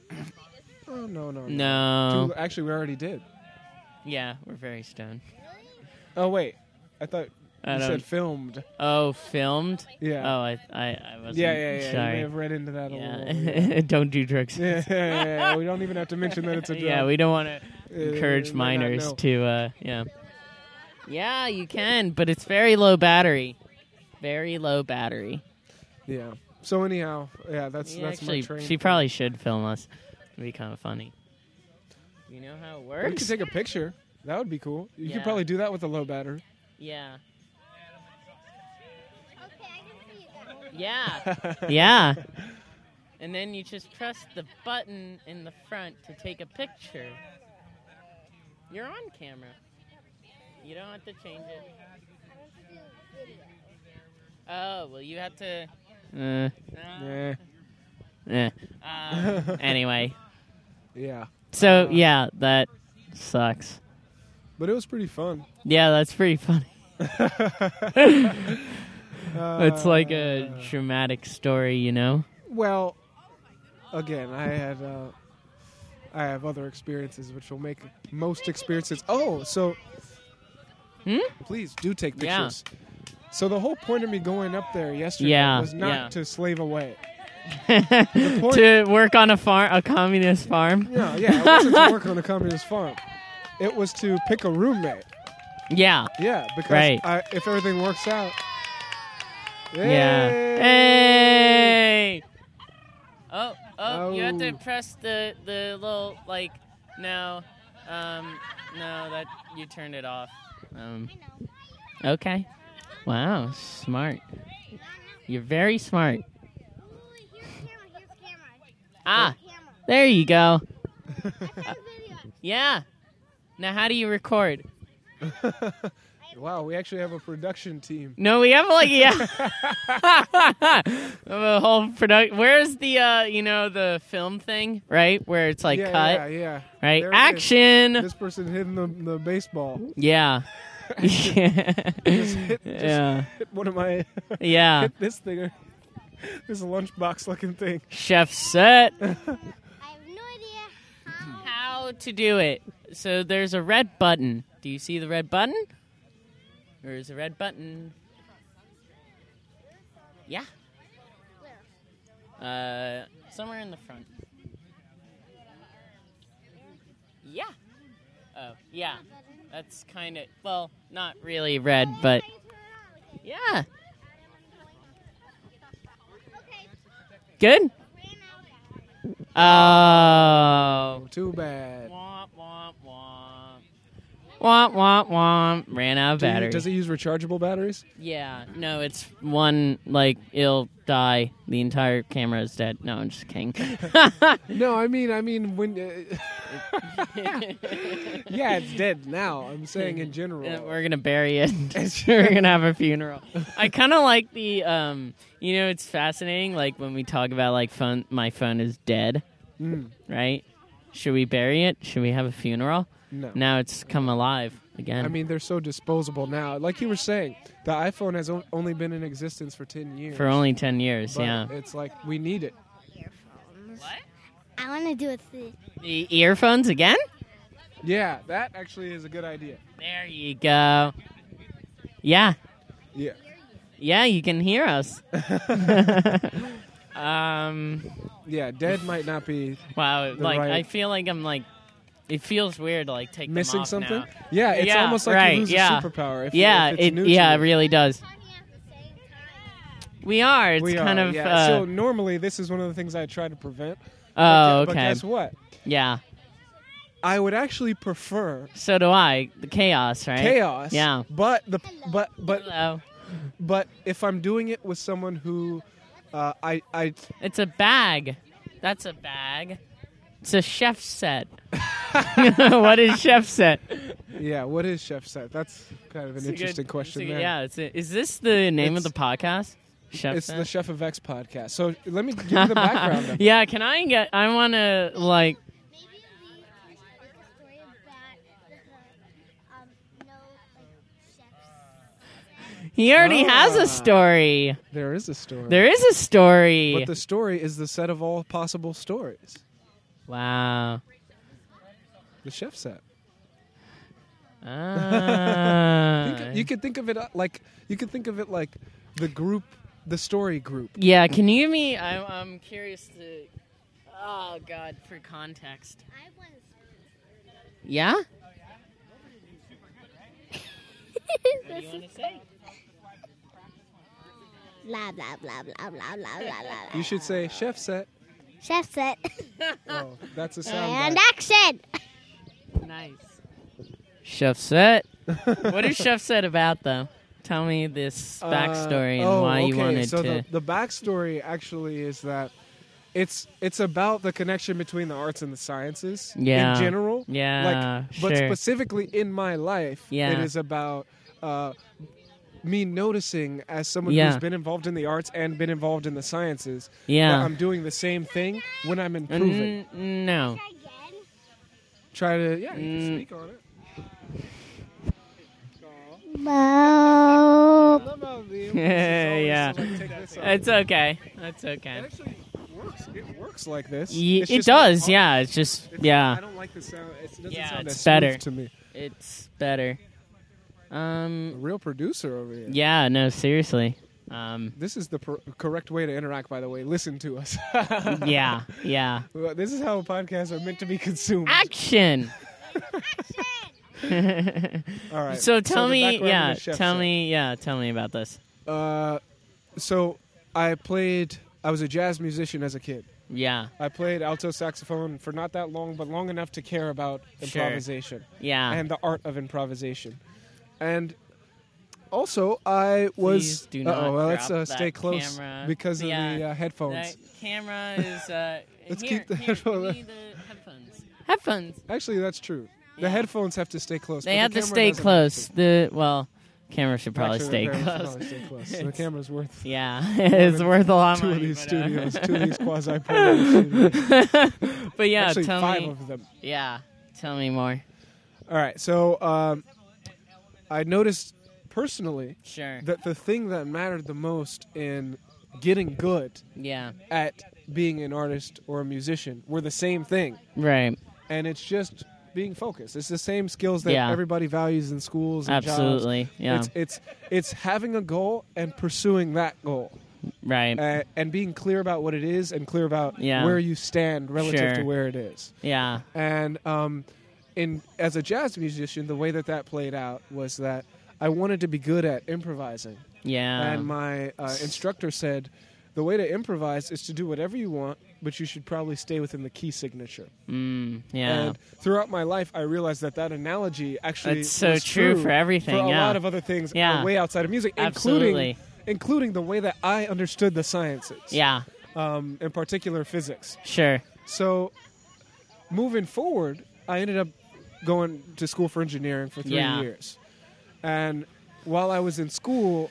Speaker 2: [CLEARS THROAT] oh no, no, no.
Speaker 1: no.
Speaker 2: Too- actually, we already did.
Speaker 1: Yeah, we're very stoned.
Speaker 2: Oh wait, I thought you
Speaker 1: I don't.
Speaker 2: said filmed.
Speaker 1: oh, filmed.
Speaker 2: Yeah.
Speaker 1: Oh, I I, I wasn't.
Speaker 2: yeah, yeah, yeah. You may
Speaker 1: Sorry.
Speaker 2: have read into that
Speaker 1: [LAUGHS]
Speaker 2: a
Speaker 1: yeah. [LAUGHS]
Speaker 2: little.
Speaker 1: don't do drugs.
Speaker 2: [LAUGHS] Yeah, yeah, yeah. We don't even have to mention that it's a drug.
Speaker 1: [LAUGHS] Yeah, we don't want to
Speaker 2: Uh,
Speaker 1: encourage
Speaker 2: we might not
Speaker 1: minors
Speaker 2: know.
Speaker 1: to uh yeah yeah you can but it's very low battery very low battery
Speaker 2: Yeah. So anyhow, yeah, that's
Speaker 1: Yeah,
Speaker 2: that's
Speaker 1: actually
Speaker 2: my train.
Speaker 1: she probably should film us it'd be kind of funny you know how it
Speaker 2: We could
Speaker 1: works
Speaker 2: take a picture. That would be cool. You
Speaker 1: Yeah.
Speaker 2: could probably do that with a low battery.
Speaker 1: yeah
Speaker 3: Okay, I can see you guys.
Speaker 1: [LAUGHS] yeah [LAUGHS] yeah and then you just press the button in the front to take a picture you're on camera you don't have to change it oh well you have to uh,
Speaker 2: [LAUGHS] yeah. [LAUGHS]
Speaker 1: Eh. Um, [LAUGHS] anyway,
Speaker 2: Yeah.
Speaker 1: so yeah, that sucks.
Speaker 2: But it was pretty fun.
Speaker 1: Yeah, that's pretty [LAUGHS] funny. It's like a dramatic story, you know.
Speaker 2: Uh, Well, again, I had uh, I have other experiences which will make most experiences. Oh, so
Speaker 1: Hmm?
Speaker 2: please do take
Speaker 1: Yeah.
Speaker 2: pictures. So the whole point of me going up there yesterday
Speaker 1: Yeah,
Speaker 2: was not
Speaker 1: yeah.
Speaker 2: to slave away. point-
Speaker 1: [LAUGHS] to work on a farm, a communist farm.
Speaker 2: No, yeah, it wasn't to work on a communist farm. It was to pick a roommate.
Speaker 1: Yeah,
Speaker 2: Yeah, because
Speaker 1: Right.
Speaker 2: I, if everything works out.
Speaker 1: yeah. Hey. Oh, oh, you have to
Speaker 2: Oh.
Speaker 1: press the the little like no, um, no that you turned it off. Um,
Speaker 3: I know.
Speaker 1: okay. Wow, smart. You're very smart.
Speaker 3: Ooh, here's camera, here's camera.
Speaker 1: Ah,
Speaker 3: Camera.
Speaker 1: there you go. Eh.
Speaker 3: I found video.
Speaker 1: Yeah. Now, how do you record?
Speaker 2: [LAUGHS] wow, we actually have a production team. [LAUGHS]
Speaker 1: No, we have like [LAUGHS] yeah, the whole product. Where's the uh, you know, the film thing, right? Where it's like
Speaker 2: yeah,
Speaker 1: cut, [LAUGHS]
Speaker 2: yeah, yeah.
Speaker 1: right?
Speaker 2: There it is.
Speaker 1: Action.
Speaker 2: This person hitting the, the baseball.
Speaker 1: [LAUGHS] yeah. yeah.
Speaker 2: hit- just-
Speaker 1: yeah.
Speaker 2: [LAUGHS] Hit one of my [LAUGHS]
Speaker 1: Yeah.
Speaker 2: hit this thing, [LAUGHS] this lunchbox looking thing. [LAUGHS]
Speaker 1: Chef set.
Speaker 3: I have no idea how.
Speaker 1: How to do it? So there's a red button. Do you see the red button? There's a red button. Yeah. Uh, somewhere in the front. Yeah. Oh, yeah. That's kind of well, not really red, but yeah. Good. Oh.
Speaker 2: Too bad.
Speaker 1: Womp womp womp. Womp womp womp. Ran out of
Speaker 2: Do you-
Speaker 1: battery.
Speaker 2: does it use rechargeable batteries?
Speaker 1: yeah, no, it's one like it'll die. The entire camera is dead. No, I'm just kidding. [LAUGHS]
Speaker 2: No, I mean, I mean when. Uh,
Speaker 1: [LAUGHS]
Speaker 2: [LAUGHS] yeah, it's dead now. I'm saying in general.
Speaker 1: Uh, We're gonna bury it. [LAUGHS] We're gonna have a funeral. I kind of like the, um, you know, it's fascinating. Like when we talk about like phone, my phone is dead,
Speaker 2: Mm,
Speaker 1: right? Should we bury it? Should we have a funeral?
Speaker 2: no.
Speaker 1: Now it's come alive again.
Speaker 2: I mean, they're so disposable now. Like you were saying, the iPhone has o- only been in existence for 10 years.
Speaker 1: for only ten years.
Speaker 2: But
Speaker 1: yeah.
Speaker 2: It's like we need it.
Speaker 3: Earphones. I want to do it. The,
Speaker 1: The earphones again?
Speaker 2: Yeah, that actually is a good idea.
Speaker 1: There you go. Yeah,
Speaker 2: Yeah. [LAUGHS]
Speaker 1: yeah, you can hear us. [LAUGHS] um,
Speaker 2: Yeah, dead might not be
Speaker 1: wow,
Speaker 2: The
Speaker 1: like
Speaker 2: right-
Speaker 1: I feel like I'm like, it feels weird to like take them
Speaker 2: missing
Speaker 1: off
Speaker 2: something.
Speaker 1: now.
Speaker 2: Yeah, it's
Speaker 1: Yeah,
Speaker 2: almost like
Speaker 1: right,
Speaker 2: you lose
Speaker 1: yeah.
Speaker 2: a superpower. If,
Speaker 1: yeah,
Speaker 2: if it's
Speaker 1: it
Speaker 2: new to
Speaker 1: yeah, it
Speaker 2: you.
Speaker 1: really does.
Speaker 3: at the same time.
Speaker 1: We are. It's
Speaker 2: we
Speaker 1: kind
Speaker 2: are,
Speaker 1: of.
Speaker 2: yeah.
Speaker 1: Uh,
Speaker 2: so normally this is one of the things I try to prevent.
Speaker 1: oh,
Speaker 2: But
Speaker 1: okay.
Speaker 2: guess what?
Speaker 1: Yeah.
Speaker 2: I would actually prefer
Speaker 1: So do I. The chaos, right?
Speaker 2: chaos.
Speaker 1: Yeah.
Speaker 2: But the but but
Speaker 1: Hello.
Speaker 2: but if I'm doing it with someone who uh, I
Speaker 1: [LAUGHS]
Speaker 2: I
Speaker 1: It's a bag. That's a bag. It's a chef set. [LAUGHS] what is chef
Speaker 2: [LAUGHS]
Speaker 1: set?
Speaker 2: yeah, what is chef set? That's kind of an
Speaker 1: It's a good-
Speaker 2: interesting
Speaker 1: it's a
Speaker 2: question.
Speaker 1: good-
Speaker 2: there.
Speaker 1: Yeah. It's a, is this the name of
Speaker 2: It's-
Speaker 1: the podcast? Chef
Speaker 2: It's
Speaker 1: set?
Speaker 2: the Chef of X podcast. So let
Speaker 1: [LAUGHS]
Speaker 2: me give you the background. of-
Speaker 1: yeah. Can I get? I want to like.
Speaker 3: Maybe we can make a story about um, no like chefs.
Speaker 1: He already has
Speaker 2: Ah.
Speaker 1: a story.
Speaker 2: There is a story.
Speaker 1: There is a story.
Speaker 2: But the story is the set of all possible stories. [LAUGHS]
Speaker 1: wow.
Speaker 2: The chef set.
Speaker 1: Ah.
Speaker 2: Think- you could think of it uh, like you could think of it like the group, the story group.
Speaker 1: yeah. Can you give me? I'm, I'm curious to. Oh God, for context.
Speaker 3: I want to
Speaker 1: Yeah.
Speaker 3: this is [LAUGHS] blah blah blah blah blah blah blah blah.
Speaker 2: You should say chef set.
Speaker 3: [LAUGHS] Chef set
Speaker 2: Oh, that's a sound.
Speaker 3: and action.
Speaker 1: Nice. Chef
Speaker 2: [LAUGHS]
Speaker 1: set. what is Chef set about though? Tell me this backstory and
Speaker 2: Uh, oh,
Speaker 1: why you
Speaker 2: okay,
Speaker 1: wanted
Speaker 2: so
Speaker 1: to.
Speaker 2: The, the backstory actually is that it's it's about the connection between the arts and the sciences
Speaker 1: Yeah.
Speaker 2: in general.
Speaker 1: Yeah,
Speaker 2: like, but
Speaker 1: sure.
Speaker 2: specifically in my life,
Speaker 1: Yeah.
Speaker 2: it is about. Uh, me noticing as someone
Speaker 1: Yeah.
Speaker 2: who's been involved in the arts and been involved in the sciences
Speaker 1: Yeah.
Speaker 2: that I'm doing the same thing when I'm
Speaker 1: Uh,
Speaker 2: improving.
Speaker 1: n- no.
Speaker 3: Again.
Speaker 2: Try to yeah, you can
Speaker 1: Mm.
Speaker 2: speak on it.
Speaker 3: Mo.
Speaker 2: love how
Speaker 1: [LAUGHS]
Speaker 2: the
Speaker 1: Yeah.
Speaker 2: emphasis is always to, like, take this off.
Speaker 1: It's okay. That's okay.
Speaker 2: It actually works. It works like this.
Speaker 1: Ye-
Speaker 2: It's
Speaker 1: it
Speaker 2: just more
Speaker 1: does.
Speaker 2: pop-
Speaker 1: Yeah. It's just
Speaker 2: It's- I
Speaker 1: yeah.
Speaker 2: don't like the sound. It doesn't
Speaker 1: Yeah,
Speaker 2: sound
Speaker 1: it's
Speaker 2: as
Speaker 1: better.
Speaker 2: smooth to me.
Speaker 1: It's better.
Speaker 2: A
Speaker 1: Um.
Speaker 2: real producer over here.
Speaker 1: Yeah. No. Seriously. Um.
Speaker 2: This is the pr- correct way to interact, by the way. Listen to us. [LAUGHS]
Speaker 1: Yeah. Yeah.
Speaker 2: Well, This is how podcasts are meant to be consumed.
Speaker 1: Ah! Action.
Speaker 2: All right.
Speaker 1: So tell
Speaker 2: the
Speaker 1: me.
Speaker 2: background of
Speaker 1: Yeah.
Speaker 2: the chef
Speaker 1: Tell
Speaker 2: set.
Speaker 1: me. Yeah. Tell me about this.
Speaker 2: Uh, so I played. I was a jazz musician as a kid.
Speaker 1: Yeah.
Speaker 2: I played alto saxophone for not that long, but long enough to care about
Speaker 1: Sure. Ah.
Speaker 2: improvisation.
Speaker 1: Yeah.
Speaker 2: and the art of improvisation. And also, I was.
Speaker 1: Please do not
Speaker 2: Uh-oh, well, let's
Speaker 1: drop
Speaker 2: uh, stay
Speaker 1: that
Speaker 2: close
Speaker 1: camera.
Speaker 2: because of
Speaker 1: Yeah.
Speaker 2: the uh, headphones.
Speaker 1: That camera is. Uh,
Speaker 2: [LAUGHS] Let's
Speaker 1: here,
Speaker 2: keep the
Speaker 1: here,
Speaker 2: headphone-
Speaker 1: give me the headphones. Headphones.
Speaker 2: Actually, that's true. The
Speaker 1: Yeah.
Speaker 2: headphones have to stay close.
Speaker 1: They
Speaker 2: but the
Speaker 1: have to
Speaker 2: camera
Speaker 1: stay
Speaker 2: doesn't
Speaker 1: close.
Speaker 2: have to.
Speaker 1: The well, camera should probably
Speaker 2: Actually,
Speaker 1: stay
Speaker 2: the camera should
Speaker 1: close. [LAUGHS]
Speaker 2: probably stay close. The camera's worth [LAUGHS]
Speaker 1: Yeah, [LAUGHS] it's worth a lot. of
Speaker 2: two of
Speaker 1: money,
Speaker 2: these
Speaker 1: but, uh, [LAUGHS]
Speaker 2: studios, two of these quasi [LAUGHS] studios.
Speaker 1: but yeah,
Speaker 2: Actually,
Speaker 1: tell
Speaker 2: five
Speaker 1: me.
Speaker 2: of them.
Speaker 1: Yeah, tell me more.
Speaker 2: All right, so um, I noticed personally
Speaker 1: Sure.
Speaker 2: that the thing that mattered the most in getting good
Speaker 1: yeah.
Speaker 2: at being an artist or a musician were the same thing.
Speaker 1: Right.
Speaker 2: and it's just being focused. It's the same skills that
Speaker 1: Yeah.
Speaker 2: everybody values in schools. And
Speaker 1: Absolutely.
Speaker 2: jobs.
Speaker 1: Yeah.
Speaker 2: It's, it's it's having a goal and pursuing that goal,
Speaker 1: Right.
Speaker 2: uh, and being clear about what it is, and clear about
Speaker 1: Yeah.
Speaker 2: where you stand relative
Speaker 1: Sure.
Speaker 2: to where it is.
Speaker 1: yeah.
Speaker 2: And um, in as a jazz musician, the way that that played out was that I wanted to be good at improvising,
Speaker 1: Yeah.
Speaker 2: and my uh, instructor said. The way to improvise is to do whatever you want, but you should probably stay within the key signature.
Speaker 1: mm, yeah.
Speaker 2: And throughout my life, I realized that that analogy actually
Speaker 1: It's so
Speaker 2: was
Speaker 1: true for everything,
Speaker 2: for a
Speaker 1: yeah.
Speaker 2: lot of other things,
Speaker 1: Yeah.
Speaker 2: uh, way outside of music,
Speaker 1: Absolutely.
Speaker 2: including including the way that I understood the sciences,
Speaker 1: yeah.
Speaker 2: um, in particular physics.
Speaker 1: Sure.
Speaker 2: So, moving forward, I ended up going to school for engineering for three
Speaker 1: Yeah.
Speaker 2: years, and while I was in school,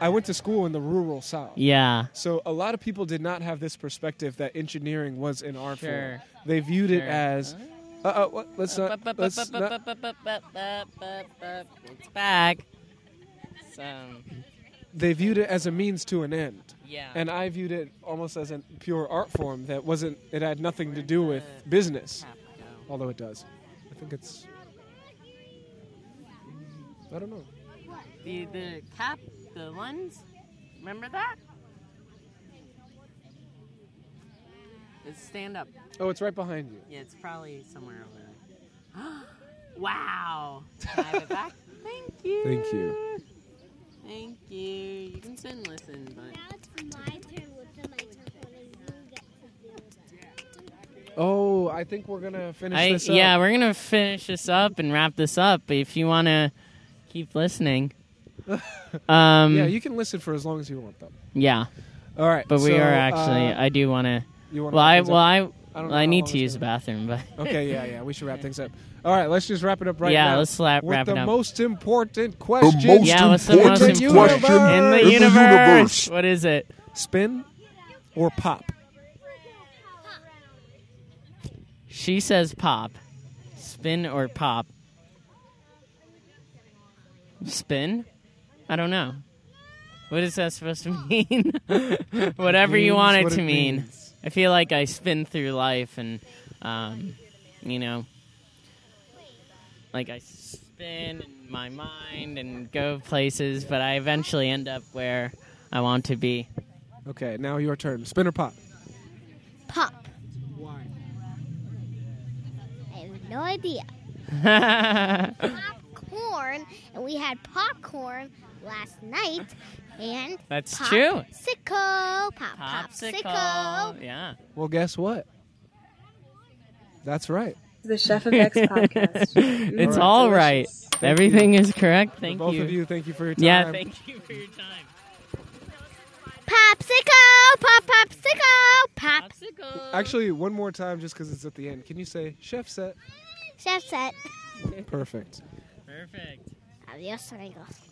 Speaker 2: I went to school in the rural South.
Speaker 1: Yeah.
Speaker 2: So a lot of people did not have this perspective that engineering was an art
Speaker 1: Sure.
Speaker 2: form. They viewed it
Speaker 1: Sure.
Speaker 2: as, uh, uh, what- let's not, let's not.
Speaker 1: It's back. So,
Speaker 2: They viewed it as a means to an end,
Speaker 1: yeah.
Speaker 2: and I viewed it almost as a pure art form that wasn't. It had nothing to do with
Speaker 1: Uh,
Speaker 2: business, although it does. I think it's. I don't know.
Speaker 1: The the cap, the ones. Remember that? It's stand up.
Speaker 2: Oh, it's right behind you.
Speaker 1: Yeah, it's probably somewhere over there. [GASPS]
Speaker 5: [LAUGHS]
Speaker 1: wow! Can I have it back? Thank you.
Speaker 2: Thank you.
Speaker 5: Thank you. You can sit and listen, but
Speaker 3: Now it's my turn with the microphone, and you get to do
Speaker 2: Oh, I think we're gonna finish
Speaker 1: I,
Speaker 2: this. Up.
Speaker 1: yeah, um, we're gonna finish this up and wrap this up. But if you want to keep
Speaker 2: [LAUGHS]
Speaker 1: listening, um,
Speaker 2: yeah. You can listen for as long as you want, though.
Speaker 1: yeah,
Speaker 2: All right,
Speaker 1: But we
Speaker 2: so,
Speaker 1: are actually.
Speaker 2: uh,
Speaker 1: I do want to.
Speaker 2: you wanna
Speaker 1: Well, I
Speaker 2: wrap things
Speaker 1: well
Speaker 2: up?
Speaker 1: I
Speaker 2: I don't
Speaker 1: well,
Speaker 2: know
Speaker 1: I
Speaker 2: how
Speaker 1: need
Speaker 2: long
Speaker 1: to
Speaker 2: it's
Speaker 1: use the
Speaker 2: gonna-
Speaker 1: bathroom, but
Speaker 2: Okay, yeah, yeah. We should wrap things up. All right, let's just wrap it up right
Speaker 1: Yeah,
Speaker 2: now.
Speaker 1: let's slap-
Speaker 2: with
Speaker 1: wrap
Speaker 2: the
Speaker 1: it up.
Speaker 2: most important question.
Speaker 6: most
Speaker 1: yeah, what's the most
Speaker 2: important
Speaker 1: important
Speaker 2: question
Speaker 1: in the
Speaker 2: in the
Speaker 1: universe?
Speaker 6: universe?
Speaker 1: What is it?
Speaker 2: Spin or pop?
Speaker 1: She says pop, spin or pop. Spin? I don't know. What is that supposed to [LAUGHS] mean? Whatever you
Speaker 2: means
Speaker 1: want it
Speaker 2: what
Speaker 1: to
Speaker 2: it
Speaker 1: mean.
Speaker 2: means.
Speaker 1: I feel like I spin through life, and um, you know, like I spin in my mind and go places, but I eventually end up where I want to be. [LAUGHS]
Speaker 2: Okay, now your turn. Spin or pop?
Speaker 3: Pop. I have no idea.
Speaker 1: That's
Speaker 3: Popcorn, and we had popcorn last night, and pop-
Speaker 1: true.
Speaker 3: Popsicle, pop, popsicle.
Speaker 1: Popsicle. Yeah.
Speaker 2: Well, guess what? That's right.
Speaker 7: The Chef of
Speaker 1: [LAUGHS]
Speaker 7: X podcast.
Speaker 1: It's all right. Everything is correct. Thank
Speaker 2: Both
Speaker 1: you.
Speaker 2: of you, thank you for your time.
Speaker 1: Yeah, thank you for your time.
Speaker 3: Popsicle, pop, popsicle, pop.
Speaker 2: Actually, one more time, just because it's at the end. Can you say chef set?
Speaker 3: Chef set.
Speaker 2: Perfect.
Speaker 1: Perfect.
Speaker 3: Adios, amigos.